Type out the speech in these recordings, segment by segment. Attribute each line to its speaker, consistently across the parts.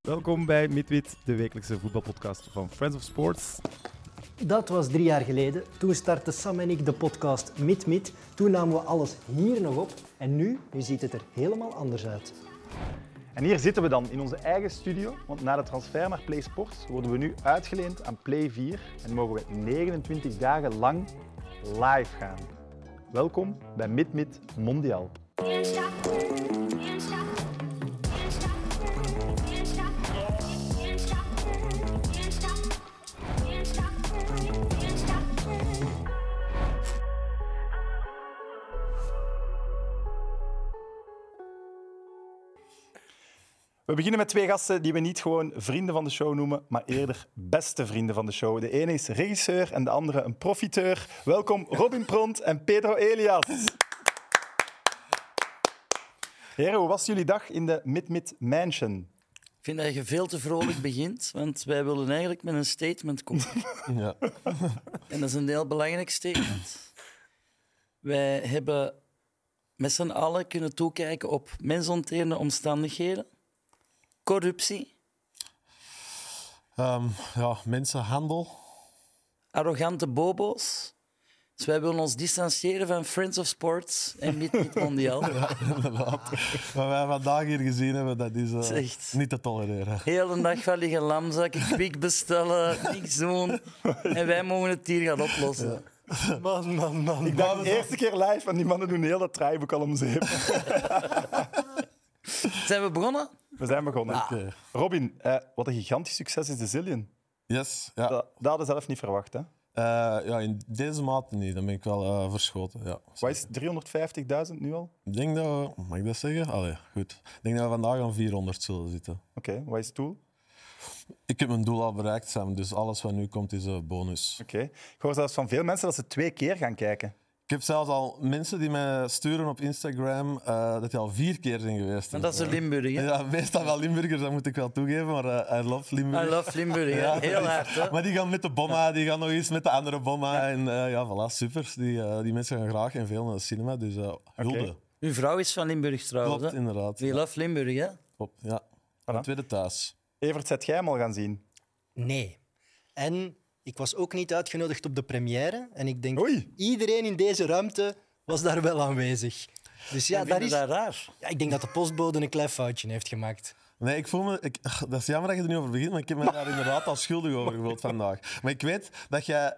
Speaker 1: Welkom bij Midwit, de wekelijkse voetbalpodcast van Friends of Sports.
Speaker 2: Dat was drie jaar geleden. Toen startte Sam en ik de podcast Mit Mit. Toen namen we alles hier nog op. En nu, nu ziet het er helemaal anders uit.
Speaker 3: En hier zitten we dan in onze eigen studio, want na de transfer naar Play Sports worden we nu uitgeleend aan Play 4 en mogen we 29 dagen lang live gaan. Welkom bij Mid Mid Mondiaal.
Speaker 4: Can't stop, can't stop, can't stop, can't stop, can't stop, can't stop, can't stop, can't stop.
Speaker 3: We beginnen met twee gasten die we niet gewoon vrienden van de show noemen, maar eerder beste vrienden van de show. De ene is regisseur en de andere een profiteur. Welkom Robin Pront en Pedro Elias. Heren, hoe was jullie dag in de Mid Mid Mansion?
Speaker 5: Ik vind dat je veel te vrolijk begint, want wij willen eigenlijk met een statement komen.
Speaker 6: Ja.
Speaker 5: En dat is een heel belangrijk statement. Wij hebben met z'n allen kunnen toekijken op mensonterende omstandigheden, corruptie,
Speaker 6: Ehm, ja, mensenhandel.
Speaker 5: arrogante bobo's. Dus wij willen ons distancieren van Friends of Sports en niet niet mondiaal.
Speaker 6: Inderdaad. Wat wij vandaag hier gezien hebben, dat is, eh,
Speaker 5: is echt-
Speaker 6: niet te tolereren.
Speaker 5: Heel de dag van liggen lamzakken, kwik bestellen, niks doen. En wij mogen het hier gaan oplossen.
Speaker 6: Man, man, man.
Speaker 3: Ik dacht de eerste keer live, en die mannen doen heel dat draaiboek al om zeep.
Speaker 5: Zijn we begonnen?
Speaker 3: We zijn begonnen.
Speaker 6: Oké.
Speaker 3: Robin, eh, wat een gigantisch succes is de Zillion.
Speaker 6: Yes, ja.
Speaker 3: Dat, dat hadden we zelf niet verwacht. Hè?
Speaker 6: Eh, ja. In deze mate niet, dan ben ik wel eh, verschoten. Ja.
Speaker 3: Wat is 350.000 nu al?
Speaker 6: Ik denk dat we, mag ik dat zeggen? Allee, goed. Ik denk dat we vandaag aan 400 zullen zitten.
Speaker 3: Oké, wat is het doel?
Speaker 6: Ik heb mijn doel al bereikt, Sam, dus alles wat nu komt is een bonus.
Speaker 3: Oké. Ik hoor zelfs van veel mensen dat ze twee keer gaan kijken.
Speaker 6: Ik heb zelfs al mensen die mij sturen op Instagram eh, dat die al vier keer zijn geweest.
Speaker 5: Want dat is de Limburg, hè?
Speaker 6: Ja, meestal wel Limburgers, dat moet ik wel toegeven, maar eh, I love Limburg.
Speaker 5: I love Limburg, hè. heel hard. Hè?
Speaker 6: Maar die gaan met de bomma, die gaan nog eens met de andere bomma. En eh, ja, voilà, super. Die, eh, die mensen gaan graag en veel naar het cinema, dus eh hulde.
Speaker 5: Uw vrouw is van Limburg trouwens.
Speaker 6: Klopt,
Speaker 5: hè?
Speaker 6: inderdaad.
Speaker 5: We love Limburg, hè?
Speaker 6: Top, ja. Mijn tweede thuis.
Speaker 3: Evert, zet jij hem al gaan zien?
Speaker 2: Nee. En ik was ook niet uitgenodigd op de première. En ik denk,
Speaker 3: Oei.
Speaker 2: iedereen in deze ruimte was daar wel aanwezig. Dus ja,
Speaker 5: Ja,
Speaker 2: daar is...
Speaker 5: dat raar.
Speaker 2: Ja, ik denk dat de postbode een klein foutje heeft gemaakt.
Speaker 6: Nee, ik voel me... Ik, ach, dat is jammer dat je er niet over begint, maar ik heb me daar inderdaad al schuldig over gevoeld vandaag. Maar ik weet dat jij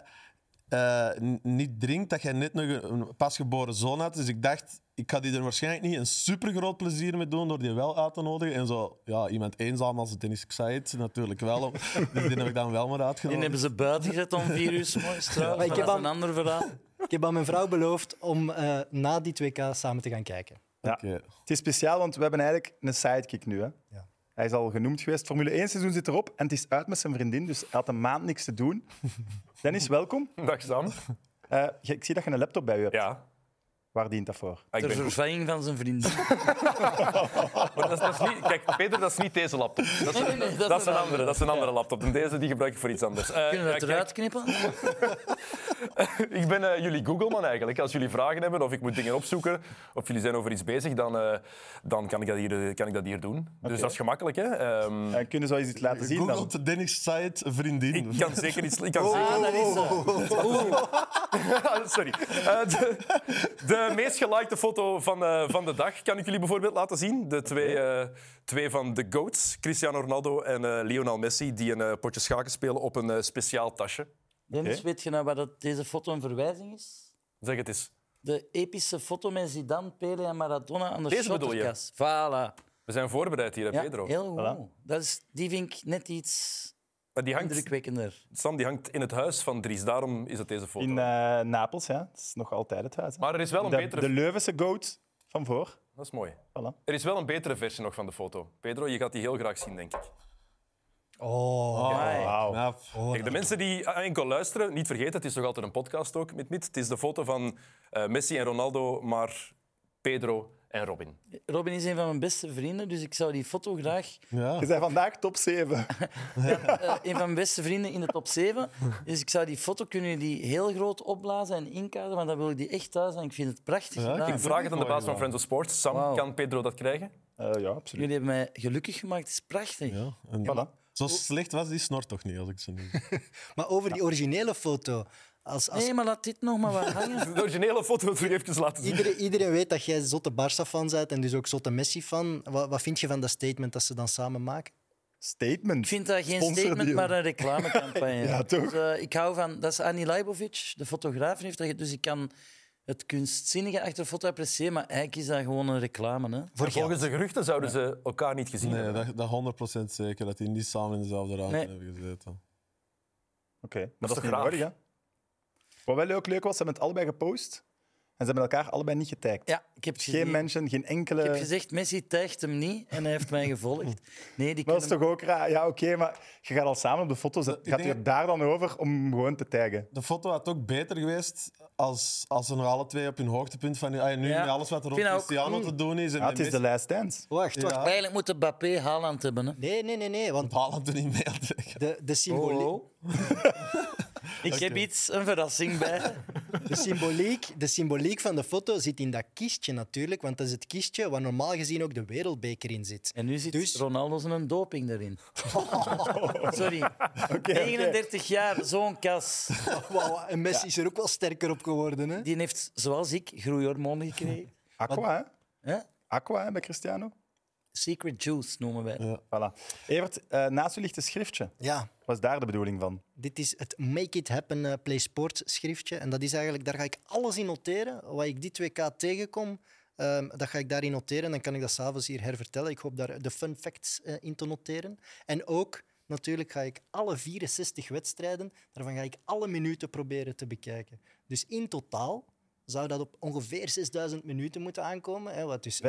Speaker 6: eh, n- niet drinkt, dat jij net nog een, een pasgeboren zoon had. Dus ik dacht, ik ga die er waarschijnlijk niet een super groot plezier mee doen door die wel uit te nodigen. En zo, ja, iemand eenzaam als Dennis Xayet, natuurlijk wel. Dus die heb ik dan wel maar
Speaker 5: Die
Speaker 6: uitgenodigd.
Speaker 5: hebben ze buiten gezet om vier uur 's morgens trouwens.
Speaker 2: Maar ik
Speaker 5: Maar
Speaker 2: heb
Speaker 5: dat is
Speaker 2: al-
Speaker 5: een ander verhaal.
Speaker 2: Ik heb aan mijn vrouw beloofd om eh, na die 2K samen te gaan kijken.
Speaker 3: Ja.
Speaker 6: Oké.
Speaker 3: Het is speciaal, want we hebben eigenlijk een sidekick nu. Hè?
Speaker 2: Ja.
Speaker 3: Hij is al genoemd geweest. Formule 1 seizoen zit erop en het is uit met zijn vriendin, dus hij had een maand niks te doen. Dennis, welkom.
Speaker 7: Dag Sam.
Speaker 3: Eh, je- ik zie dat je een laptop bij je hebt.
Speaker 7: Ja, ah,
Speaker 3: Waar dient dat voor?
Speaker 7: ik
Speaker 5: Ter
Speaker 7: ben goed.
Speaker 5: vervanging van zijn vrienden.
Speaker 7: Maar dat is, dat is niet, kijk, Peter, dat is niet deze laptop. Dat is,
Speaker 5: Nee, nee,
Speaker 7: dat is een andere, dat is een andere laptop. En deze die gebruik ik voor iets anders. Eh,
Speaker 5: Kunnen we
Speaker 7: ja,
Speaker 5: dat
Speaker 7: kijk,
Speaker 5: eruit knippen?
Speaker 7: ik ben eh, jullie Googleman eigenlijk. Als jullie vragen hebben of ik moet dingen opzoeken of jullie zijn over iets bezig, dan, eh, dan kan, ik dat hier, eh, kan ik dat hier doen. Dus dat is gemakkelijk. Hè? Ehm,
Speaker 3: Eh, kunnen ze wel eens iets laten zien? Dan?
Speaker 6: Googelt Dennis Said vriendin.
Speaker 7: ik kan zeker iets... Ik kan zeker...
Speaker 5: Ah, dat is ze.
Speaker 7: Ah, Sorry. Eh, de, de meest gelikte foto van, eh, van de dag kan ik jullie bijvoorbeeld laten zien. De twee, eh, twee van de GOATs, Cristiano Ronaldo en eh, Lionel Messi, die een eh, potje schaken spelen op een eh, speciaal tasje.
Speaker 5: Dennis, weet je nou waar dat deze foto een verwijzing is?
Speaker 7: Zeg het eens.
Speaker 5: De epische foto met Zidane, Pele en Maradona aan de
Speaker 7: Deze bedoel je?
Speaker 5: shotterkast. Voilà.
Speaker 7: We zijn voorbereid hier, hè,
Speaker 5: Ja,
Speaker 7: Pedro.
Speaker 5: heel goed. Dat is, die vind ik net iets
Speaker 7: Maar die hangt,
Speaker 5: indrukwekkender.
Speaker 7: Sam die hangt in het huis van Dries, daarom is het deze foto.
Speaker 3: In eh, Napels, ja. Het is nog altijd het huis. hè.
Speaker 7: maar er is wel een
Speaker 3: de,
Speaker 7: betere...
Speaker 3: de Leuvense goat van voor.
Speaker 7: Dat is mooi.
Speaker 3: Voilà.
Speaker 7: Er is wel een betere versie nog van de foto. Pedro, je gaat die heel graag zien, denk ik.
Speaker 2: Oh,
Speaker 3: Wauw.
Speaker 6: Knap.
Speaker 7: Kijk, de mensen die ah, enkel luisteren, niet vergeten, het is toch altijd een podcast ook met niet. Het is de foto van eh, Messi en Ronaldo, maar Pedro en Robin.
Speaker 5: Robin is een van mijn beste vrienden, dus ik zou die foto graag
Speaker 6: Ja.
Speaker 3: Je bent vandaag top 7.
Speaker 5: Eh, een van mijn beste vrienden in de top 7. Dus ik zou die foto kunnen jullie heel groot opblazen en inkaderen, want dan wil ik die echt thuis en ik vind het prachtig.
Speaker 6: Ja, ik
Speaker 5: gedaan.
Speaker 7: Ik vraag het aan de
Speaker 6: mooi
Speaker 7: baas van
Speaker 6: gedaan.
Speaker 7: Friends of Sports. Sam,
Speaker 5: Wauw.
Speaker 7: kan Pedro dat krijgen?
Speaker 8: Eh, ja, absoluut.
Speaker 5: Jullie hebben mij gelukkig gemaakt. Het is prachtig.
Speaker 6: Ja, en
Speaker 8: Voilà.
Speaker 6: Zo slecht was die snor toch niet, als ik ze nu...
Speaker 2: Maar over die originele foto. Als, als
Speaker 5: Nee, maar laat dit nog maar wat hangen.
Speaker 7: De originele foto terug even laten zien.
Speaker 2: iedereen, iedereen weet dat jij zotte Barça-fan bent en dus ook zotte Messi-fan, wat, wat vind je van dat statement dat ze dan samen maken?
Speaker 5: Ik
Speaker 3: Statement.
Speaker 5: vind dat geen
Speaker 3: Sponsor
Speaker 5: statement,
Speaker 3: die-
Speaker 5: maar een reclamecampagne.
Speaker 3: Ja, toch?
Speaker 5: Dus, eh, ik hou van... Dat is Annie Leibovic, de fotograaf. Heeft dat, ge- dus ik kan het kunstzinnige achter foto appreciëren, maar eigenlijk is dat gewoon een reclame. Hè?
Speaker 2: Voor
Speaker 7: Volgens de geruchten zouden ze elkaar niet gezien
Speaker 6: Nee,
Speaker 7: hebben.
Speaker 6: dat, dat 100% zeker, dat die niet samen in dezelfde ruimte
Speaker 5: Nee.
Speaker 6: hebben gezeten.
Speaker 3: Oké, maar
Speaker 7: Dat
Speaker 3: dat
Speaker 7: is
Speaker 3: is
Speaker 7: toch
Speaker 3: niet
Speaker 7: raar?
Speaker 3: nodig, hè? Wat wel ook leuk was, ze hebben het allebei gepost en ze hebben elkaar allebei niet getagd. Dus
Speaker 5: Ja, ik heb,
Speaker 3: Geen
Speaker 5: gezien.
Speaker 3: mensen, geen enkele...
Speaker 5: ik heb gezegd, Messi tijgt hem niet en hij heeft mij gevolgd. Nee, die
Speaker 3: Maar dat is
Speaker 5: kunnen-
Speaker 3: toch ook raar? Ja, oké, maar je gaat al samen op de foto. Gaat
Speaker 6: denk-
Speaker 3: je daar dan over om hem gewoon te taggen?
Speaker 6: De foto had ook beter geweest als, als ze nog alle twee op hun hoogtepunt van... Ah, ja, nu
Speaker 5: Ja.
Speaker 6: met alles wat er
Speaker 5: Ik
Speaker 6: rond
Speaker 5: vind dat ook-
Speaker 6: Cristiano te doen is... En
Speaker 3: Ja, het is
Speaker 6: met
Speaker 3: de last dance.
Speaker 2: Wacht, wacht.
Speaker 6: Ja.
Speaker 5: Eigenlijk moet de Bappé Haaland hebben. Hè?
Speaker 2: Nee, nee, nee, nee, want
Speaker 6: Haaland er niet mee aan te trekken.
Speaker 2: de, de, symboliek,
Speaker 5: Oh. ik heb iets, een verrassing bij.
Speaker 2: de, symboliek, de symboliek van de foto zit in dat kistje natuurlijk, want dat is het kistje waar normaal gezien ook de wereldbeker in zit.
Speaker 5: En nu zit
Speaker 2: Dus-
Speaker 5: Ronaldo zijn doping erin. Sorry. 39 jaar, zo'n kas.
Speaker 2: Wauw, en Messi is er ook wel sterker op geworden, hè?
Speaker 5: Die heeft, zoals ik, groeihormonen gekregen.
Speaker 3: Aqua, hè?
Speaker 5: Hè?
Speaker 3: Aqua, hè, bij Cristiano.
Speaker 5: Secret juice noemen wij.
Speaker 3: Voilà. Evert, eh, naast u ligt een schriftje.
Speaker 2: Ja,
Speaker 3: Wat is daar de bedoeling van?
Speaker 2: Dit is het Make It Happen eh, Play Sports schriftje. En dat is eigenlijk, daar ga ik alles in noteren. Wat ik dit WK tegenkom, ehm, dat ga ik daarin noteren. Dan kan ik dat s'avonds hier hervertellen. Ik hoop daar de fun facts eh, in te noteren. En ook, natuurlijk, ga ik alle 64 wedstrijden, daarvan ga ik alle minuten proberen te bekijken. Dus in totaal zou dat op ongeveer 6000 minuten moeten aankomen. Hè, wat dus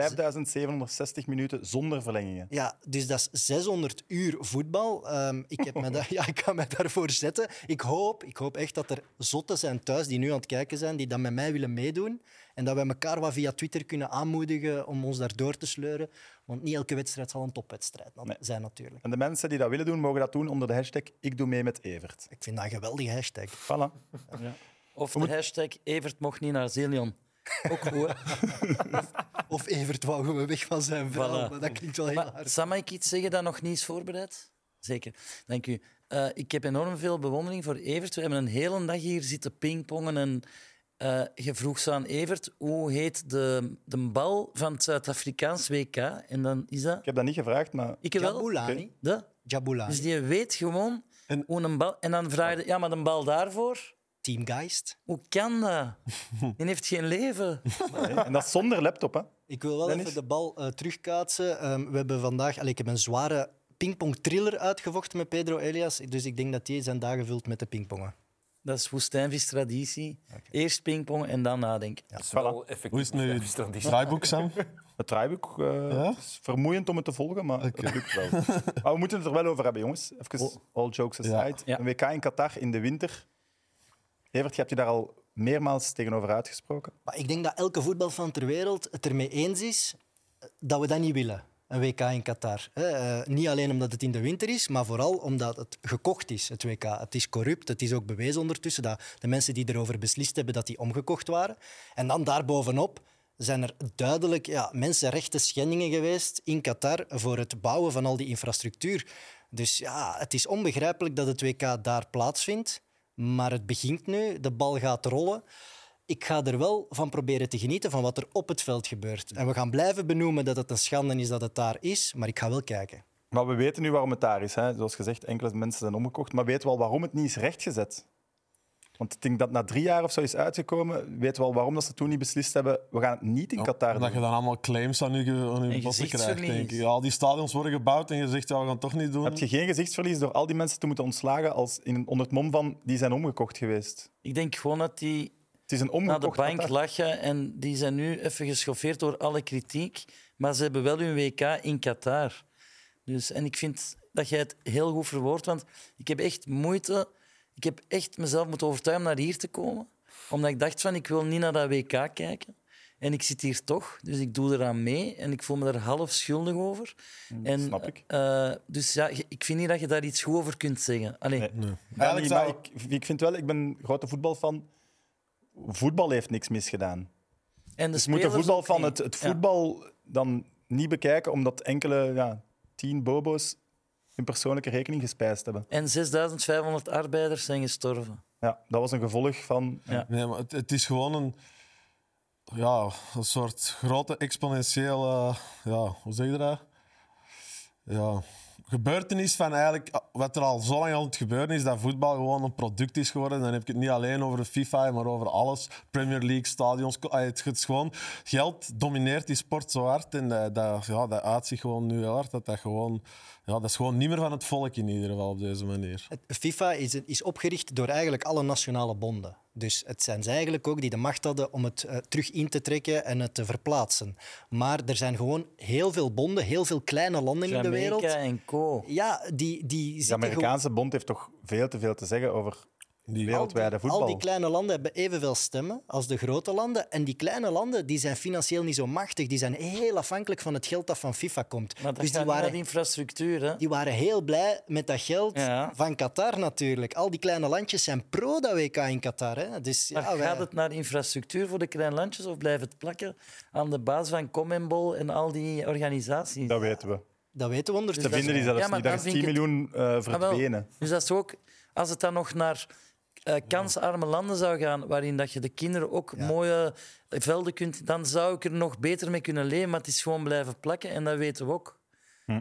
Speaker 3: 5760 minuten zonder verlengingen.
Speaker 2: ja, dus dat is 600 uur voetbal. Ehm, ik, heb me da- ja, ik kan mij daarvoor zetten. Ik hoop, ik hoop echt dat er zotten zijn thuis die nu aan het kijken zijn, die dat met mij willen meedoen. En dat wij elkaar wat via Twitter kunnen aanmoedigen om ons daar door te sleuren. Want niet elke wedstrijd zal een topwedstrijd nat-
Speaker 3: Nee.
Speaker 2: zijn natuurlijk.
Speaker 3: En de mensen die dat willen doen, mogen dat doen onder de hashtag Ik doe mee met Evert.
Speaker 2: Ik vind dat een geweldige hashtag.
Speaker 3: Voilà.
Speaker 5: Of de hashtag Evert mocht niet naar Zelion. Ook goed. hè.
Speaker 2: Of Evert wou gewoon weg van zijn vrouw.
Speaker 5: Voilà.
Speaker 2: maar Dat klinkt wel heel
Speaker 5: Maar
Speaker 2: hard.
Speaker 5: zal ik iets zeggen dat nog niet is voorbereid? Zeker. Dank u. Eh, ik heb enorm veel bewondering voor Evert. We hebben een hele dag hier zitten pingpongen en eh je vroeg ze aan Evert hoe heet de, de bal van het Zuid-Afrikaans WK? En dan is dat...
Speaker 3: Ik heb dat niet gevraagd, maar
Speaker 5: Ik wel.
Speaker 2: Jabulani.
Speaker 5: De?
Speaker 2: Jabulani.
Speaker 5: Dus die weet gewoon hoe een bal... En dan vraag je, ja, maar een bal daarvoor?
Speaker 2: Teamgeist.
Speaker 5: Hoe kan dat? Die heeft geen leven.
Speaker 3: nee. en dat is zonder laptop, hè?
Speaker 2: Ik wil wel
Speaker 3: Dennis?
Speaker 2: even de bal eh, terugkaatsen. Ehm, we hebben vandaag... Allee, ik heb een zware pingpong-thriller uitgevochten met Pedro Elias. Dus ik denk dat die zijn dagen vult met de pingpongen.
Speaker 5: Dat is woestijnvis-traditie. Eerst pingpong en dan nadenken.
Speaker 7: Dat is wel effectief.
Speaker 6: Hoe is het met
Speaker 7: Ja,
Speaker 6: je
Speaker 7: die-
Speaker 6: draaiboek, Sam?
Speaker 3: Het draaiboek eh,
Speaker 6: Ja?
Speaker 3: het is vermoeiend om het te volgen, maar
Speaker 6: Oké.
Speaker 3: het lukt wel. maar we moeten het er wel over hebben, jongens. Even all jokes aside.
Speaker 5: Ja.
Speaker 3: Een WK in Qatar in de winter. Evert, je hebt je daar al meermaals tegenover uitgesproken.
Speaker 2: Maar ik denk dat elke voetbalfan ter wereld het ermee eens is eh, dat we dat niet willen. Een WK in Qatar. hè. Eh, niet alleen omdat het in de winter is, maar vooral omdat het gekocht is, het WK. Het is corrupt, het is ook bewezen ondertussen dat de mensen die erover beslist hebben, dat die omgekocht waren. En dan daarbovenop zijn er duidelijk ja, mensenrechten schendingen geweest in Qatar voor het bouwen van al die infrastructuur. Dus ja, het is onbegrijpelijk dat het WK daar plaatsvindt. Maar het begint nu, de bal gaat rollen. Ik ga er wel van proberen te genieten van wat er op het veld gebeurt. En we gaan blijven benoemen dat het een schande is dat het daar is, maar ik ga wel kijken.
Speaker 3: Maar we weten nu waarom het daar is. Hè? Zoals gezegd, enkele mensen zijn omgekocht. Maar weten we al waarom het niet is rechtgezet? Want ik denk dat na drie jaar of zo is uitgekomen, weten we al waarom dat ze toen niet beslist hebben, we gaan het niet
Speaker 6: Oh,
Speaker 3: in Qatar
Speaker 6: Omdat je
Speaker 3: doen.
Speaker 6: dan allemaal claims aan je, aan je
Speaker 5: En
Speaker 6: botten krijgt,
Speaker 5: gezichtsverlies.
Speaker 6: denk ik. Ja, al die stadions worden gebouwd en je zegt, ja, we gaan het toch niet doen.
Speaker 3: Heb je geen gezichtsverlies door al die mensen te moeten ontslagen als in, onder het mom van die zijn omgekocht geweest?
Speaker 5: Ik denk gewoon dat die
Speaker 3: Het is een
Speaker 5: naar de
Speaker 3: omgekocht
Speaker 5: bank
Speaker 3: Qatar.
Speaker 5: lachen en die zijn nu even geschoffeerd door alle kritiek. Maar ze hebben wel hun WK in Qatar. Dus, en ik vind dat jij het heel goed verwoordt, want ik heb echt moeite... Ik heb echt mezelf moeten overtuigen om naar hier te komen. Omdat ik dacht van, ik wil niet naar dat WK kijken. En ik zit hier toch, dus ik doe eraan mee. En ik voel me daar half schuldig over. en,
Speaker 3: Mm, snap ik.
Speaker 5: eh, dus ja, je- ik vind niet dat je daar iets goed over kunt zeggen. Allee,
Speaker 3: Ja,
Speaker 6: Eigenlijk
Speaker 3: niet,
Speaker 6: zou-
Speaker 3: maar ik, ik vind wel, ik ben een grote voetbalfan. Voetbal heeft niks misgedaan.
Speaker 5: en de
Speaker 3: Dus moet de
Speaker 5: spelers
Speaker 3: voetbal
Speaker 5: ook
Speaker 3: van
Speaker 5: niet.
Speaker 3: het, het
Speaker 5: Ja.
Speaker 3: voetbal dan niet bekijken, omdat enkele ja, tien bobo's hun persoonlijke rekening gespijst hebben.
Speaker 5: En 6500 arbeiders zijn gestorven.
Speaker 3: Ja, dat was een gevolg van...
Speaker 5: Ja.
Speaker 6: Nee, maar het, het is gewoon een, ja, een soort grote exponentiële... Ja, hoe zeg je dat? Ja, gebeurtenis van eigenlijk ah, wat er al zo lang aan het gebeuren is, dat voetbal gewoon een product is geworden. Dan heb ik het niet alleen over de FIFA, maar over alles. Premier League, stadions... ko- ah, Het het is gewoon... Geld domineert die sport zo hard. En dat, dat, ja, dat uitzicht gewoon nu heel hard. Dat, dat, gewoon, ja, dat is gewoon niet meer van het volk in ieder geval op deze manier.
Speaker 2: Het- FIFA is, is opgericht door eigenlijk alle nationale bonden. Dus het zijn ze eigenlijk ook die de macht hadden om het eh, terug in te trekken en het te verplaatsen. Maar er zijn gewoon heel veel bonden, heel veel kleine landen in de
Speaker 5: Jamaica
Speaker 2: wereld.
Speaker 5: en co.
Speaker 2: Ja, die, die
Speaker 3: De
Speaker 2: zitten gewoon-
Speaker 3: Amerikaanse bond heeft toch veel te veel te zeggen over wereldwijde
Speaker 2: al die, al
Speaker 3: voetbal.
Speaker 2: die kleine landen hebben evenveel stemmen als de grote landen. En die kleine landen die zijn financieel niet zo machtig. Die zijn heel afhankelijk van het geld dat van FIFA komt.
Speaker 5: Maar dat
Speaker 2: dus die
Speaker 5: gaat niet naar
Speaker 2: waren,
Speaker 5: de infrastructuur, hè?
Speaker 2: die waren heel blij met dat geld
Speaker 5: Ja.
Speaker 2: van Qatar natuurlijk. Al die kleine landjes zijn pro dat WK in Qatar. Hè. Dus, ja,
Speaker 5: Maar
Speaker 2: wij-
Speaker 5: gaat het naar infrastructuur voor de kleine landjes of blijft het plakken aan de baas van Comenbol en al die organisaties?
Speaker 3: Dat weten we.
Speaker 2: Dat weten we
Speaker 3: Ze
Speaker 2: ondertussen.
Speaker 3: vinden die zelfs
Speaker 5: Ja, maar
Speaker 3: niet. Daar
Speaker 5: dan
Speaker 3: is
Speaker 5: vind
Speaker 3: 10
Speaker 5: ik het-
Speaker 3: miljoen eh
Speaker 5: Ah, wel.
Speaker 3: verdwenen.
Speaker 5: Dus dat is ook, als het dan nog naar eh, kansarme landen zou gaan, waarin dat je de kinderen ook mooie velden kunt, dan zou ik er nog beter mee kunnen leven. Maar het is gewoon blijven plakken en dat weten we ook.
Speaker 3: Hebben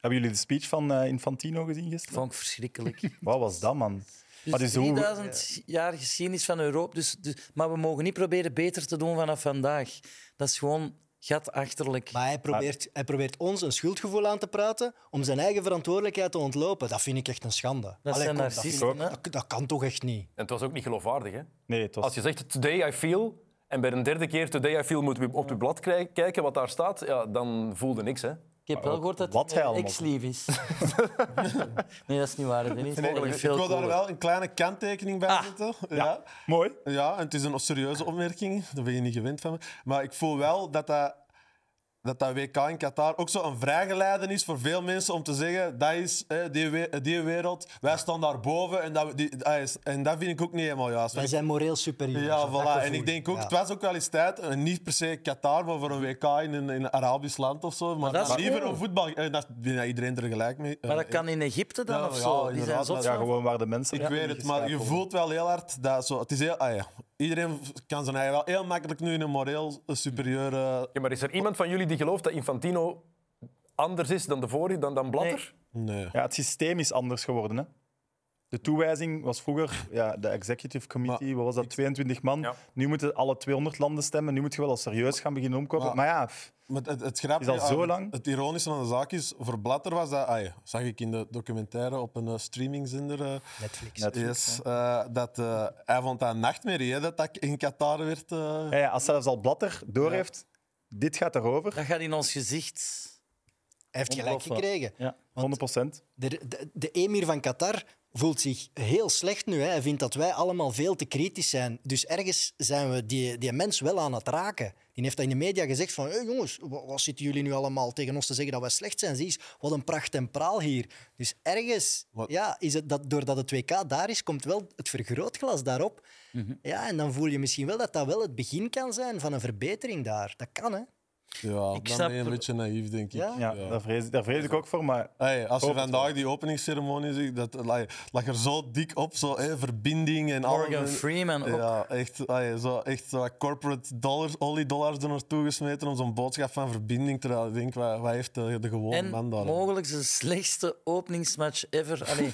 Speaker 3: jullie de speech van eh, Infantino gezien gisteren?
Speaker 5: Vond ik verschrikkelijk.
Speaker 3: Wat was dat, man?
Speaker 5: Dus
Speaker 3: Maar dus hoe-
Speaker 5: 3000 jaar geschiedenis van Europa. Dus, dus, maar we mogen niet proberen beter te doen vanaf vandaag. Dat is gewoon gatachterlijk.
Speaker 2: Maar hij probeert, hij probeert ons een schuldgevoel aan te praten om zijn eigen verantwoordelijkheid te ontlopen. Dat vind ik echt een schande.
Speaker 5: Dat
Speaker 2: Allee,
Speaker 5: zijn
Speaker 2: kom, dat, vind
Speaker 5: narcisten.
Speaker 2: ik-
Speaker 5: hè.
Speaker 2: dat- dat kan toch echt niet?
Speaker 7: En het was ook niet geloofwaardig, hè?
Speaker 3: Nee, het was...
Speaker 7: Als je zegt today I feel en bij een derde keer today I feel moet je op je blad krij- kijken wat daar staat, ja, dan voelde niks, hè?
Speaker 5: Ik heb wel gehoord dat
Speaker 3: wat hij
Speaker 5: hij een
Speaker 3: allemaal
Speaker 5: ex-lief is. nee, dat is niet waar. Dennis. Dat is
Speaker 6: Ik wil
Speaker 5: veel
Speaker 6: daar
Speaker 5: cooler.
Speaker 6: wel een kleine kanttekening bij zetten. Ja.
Speaker 3: Mooi.
Speaker 6: Ja, en het is een serieuze opmerking. Daar ben je niet gewend van. Maar ik voel wel dat dat, dat, dat WK in Qatar ook zo'n vrijgeleide is voor veel mensen om te zeggen dat is eh, die, we- die wereld, wij staan daarboven. En dat, we- die, dat is- en dat vind ik ook niet helemaal juist.
Speaker 2: Wij zijn moreel superieur.
Speaker 6: Ja, voilà. En ik denk ook,
Speaker 2: Ja.
Speaker 6: het was ook wel eens tijd, eh, niet per se Qatar, maar voor een WK in een, in een Arabisch land of zo. Maar,
Speaker 5: dat is
Speaker 6: maar liever
Speaker 5: cool.
Speaker 6: een voetbal. eh, dat is bijna iedereen er gelijk mee.
Speaker 5: Maar
Speaker 6: eh,
Speaker 5: dat kan in Egypte dan
Speaker 6: Ja,
Speaker 5: of
Speaker 6: ja,
Speaker 5: zo. Die zijn
Speaker 6: inderdaad,
Speaker 5: zot
Speaker 6: maar-
Speaker 3: Ja,
Speaker 5: van-
Speaker 3: gewoon waar de mensen...
Speaker 6: Ik weet het, maar je voelt wel heel hard dat zo. Het is heel, ah ja, iedereen kan zijn eigen wel heel makkelijk nu in een moreel superieure.
Speaker 7: Ja, maar is er iemand van jullie die gelooft dat Infantino anders is dan de vorige, dan, dan Blatter?
Speaker 6: Nee.
Speaker 3: Ja, het systeem is anders geworden. Hè? De toewijzing was vroeger ja, de executive committee, wat was dat, 22 man.
Speaker 7: Ja.
Speaker 3: Nu moeten alle 200 landen stemmen. Nu moet je wel al serieus gaan beginnen omkopen.
Speaker 6: Maar-
Speaker 3: Maar ja, pff,
Speaker 6: Maar het, het grappige
Speaker 3: Is dat zo
Speaker 6: aan-
Speaker 3: lang?
Speaker 6: Het ironische aan de zaak is, voor Blatter was dat, ah ja, zag ik in de documentaire op een eh, streamingzender. eh,
Speaker 2: Netflix.
Speaker 6: yes, eh, dat, eh, hij vond dat een nachtmerrie, hè, dat dat in Qatar werd. eh,
Speaker 3: ja, ja, als zelfs al Blatter doorheeft, dit gaat erover. 100%.
Speaker 5: Dat gaat in ons gezicht.
Speaker 2: Hij heeft gelijk
Speaker 5: Ongelooflijk.
Speaker 2: gekregen.
Speaker 5: Ja.
Speaker 2: De, de, de emir van Qatar voelt zich heel slecht nu. Hè. Hij vindt dat wij allemaal veel te kritisch zijn. Dus ergens zijn we die, die mens wel aan het raken. Die heeft dat in de media gezegd van... "Hey, jongens, wa- wat zitten jullie nu allemaal tegen ons te zeggen dat wij slecht zijn? Zie eens, wat een pracht en praal hier. Dus ergens, ja, is het dat, doordat het WK daar is, komt wel het vergrootglas daarop. Ja, en dan voel je misschien wel dat dat wel het begin kan zijn van een verbetering daar. Dat kan, hè?
Speaker 6: ja, dan
Speaker 5: snap
Speaker 6: ben je een
Speaker 5: er-
Speaker 6: beetje naïef, denk ik.
Speaker 2: Ja?
Speaker 3: Ja, Daar, vrees, daar vrees ik ook voor. Maar
Speaker 6: Hey, als je
Speaker 3: Hoop het
Speaker 6: vandaag die openingsceremonie ziet, dat eh, lag, lag er zo dik op, zo, eh, verbinding en alles.
Speaker 5: Morgan Freeman ook.
Speaker 6: Ja, oh, echt, allee, zo, echt zo wat corporate dollars, oliedollars er naartoe gesmeten om zo'n boodschap van verbinding. Terwijl ik denk, wat, wat heeft de, de gewone
Speaker 5: En
Speaker 6: man daar?
Speaker 5: mogelijk zijn slechtste openingsmatch ever. Allee.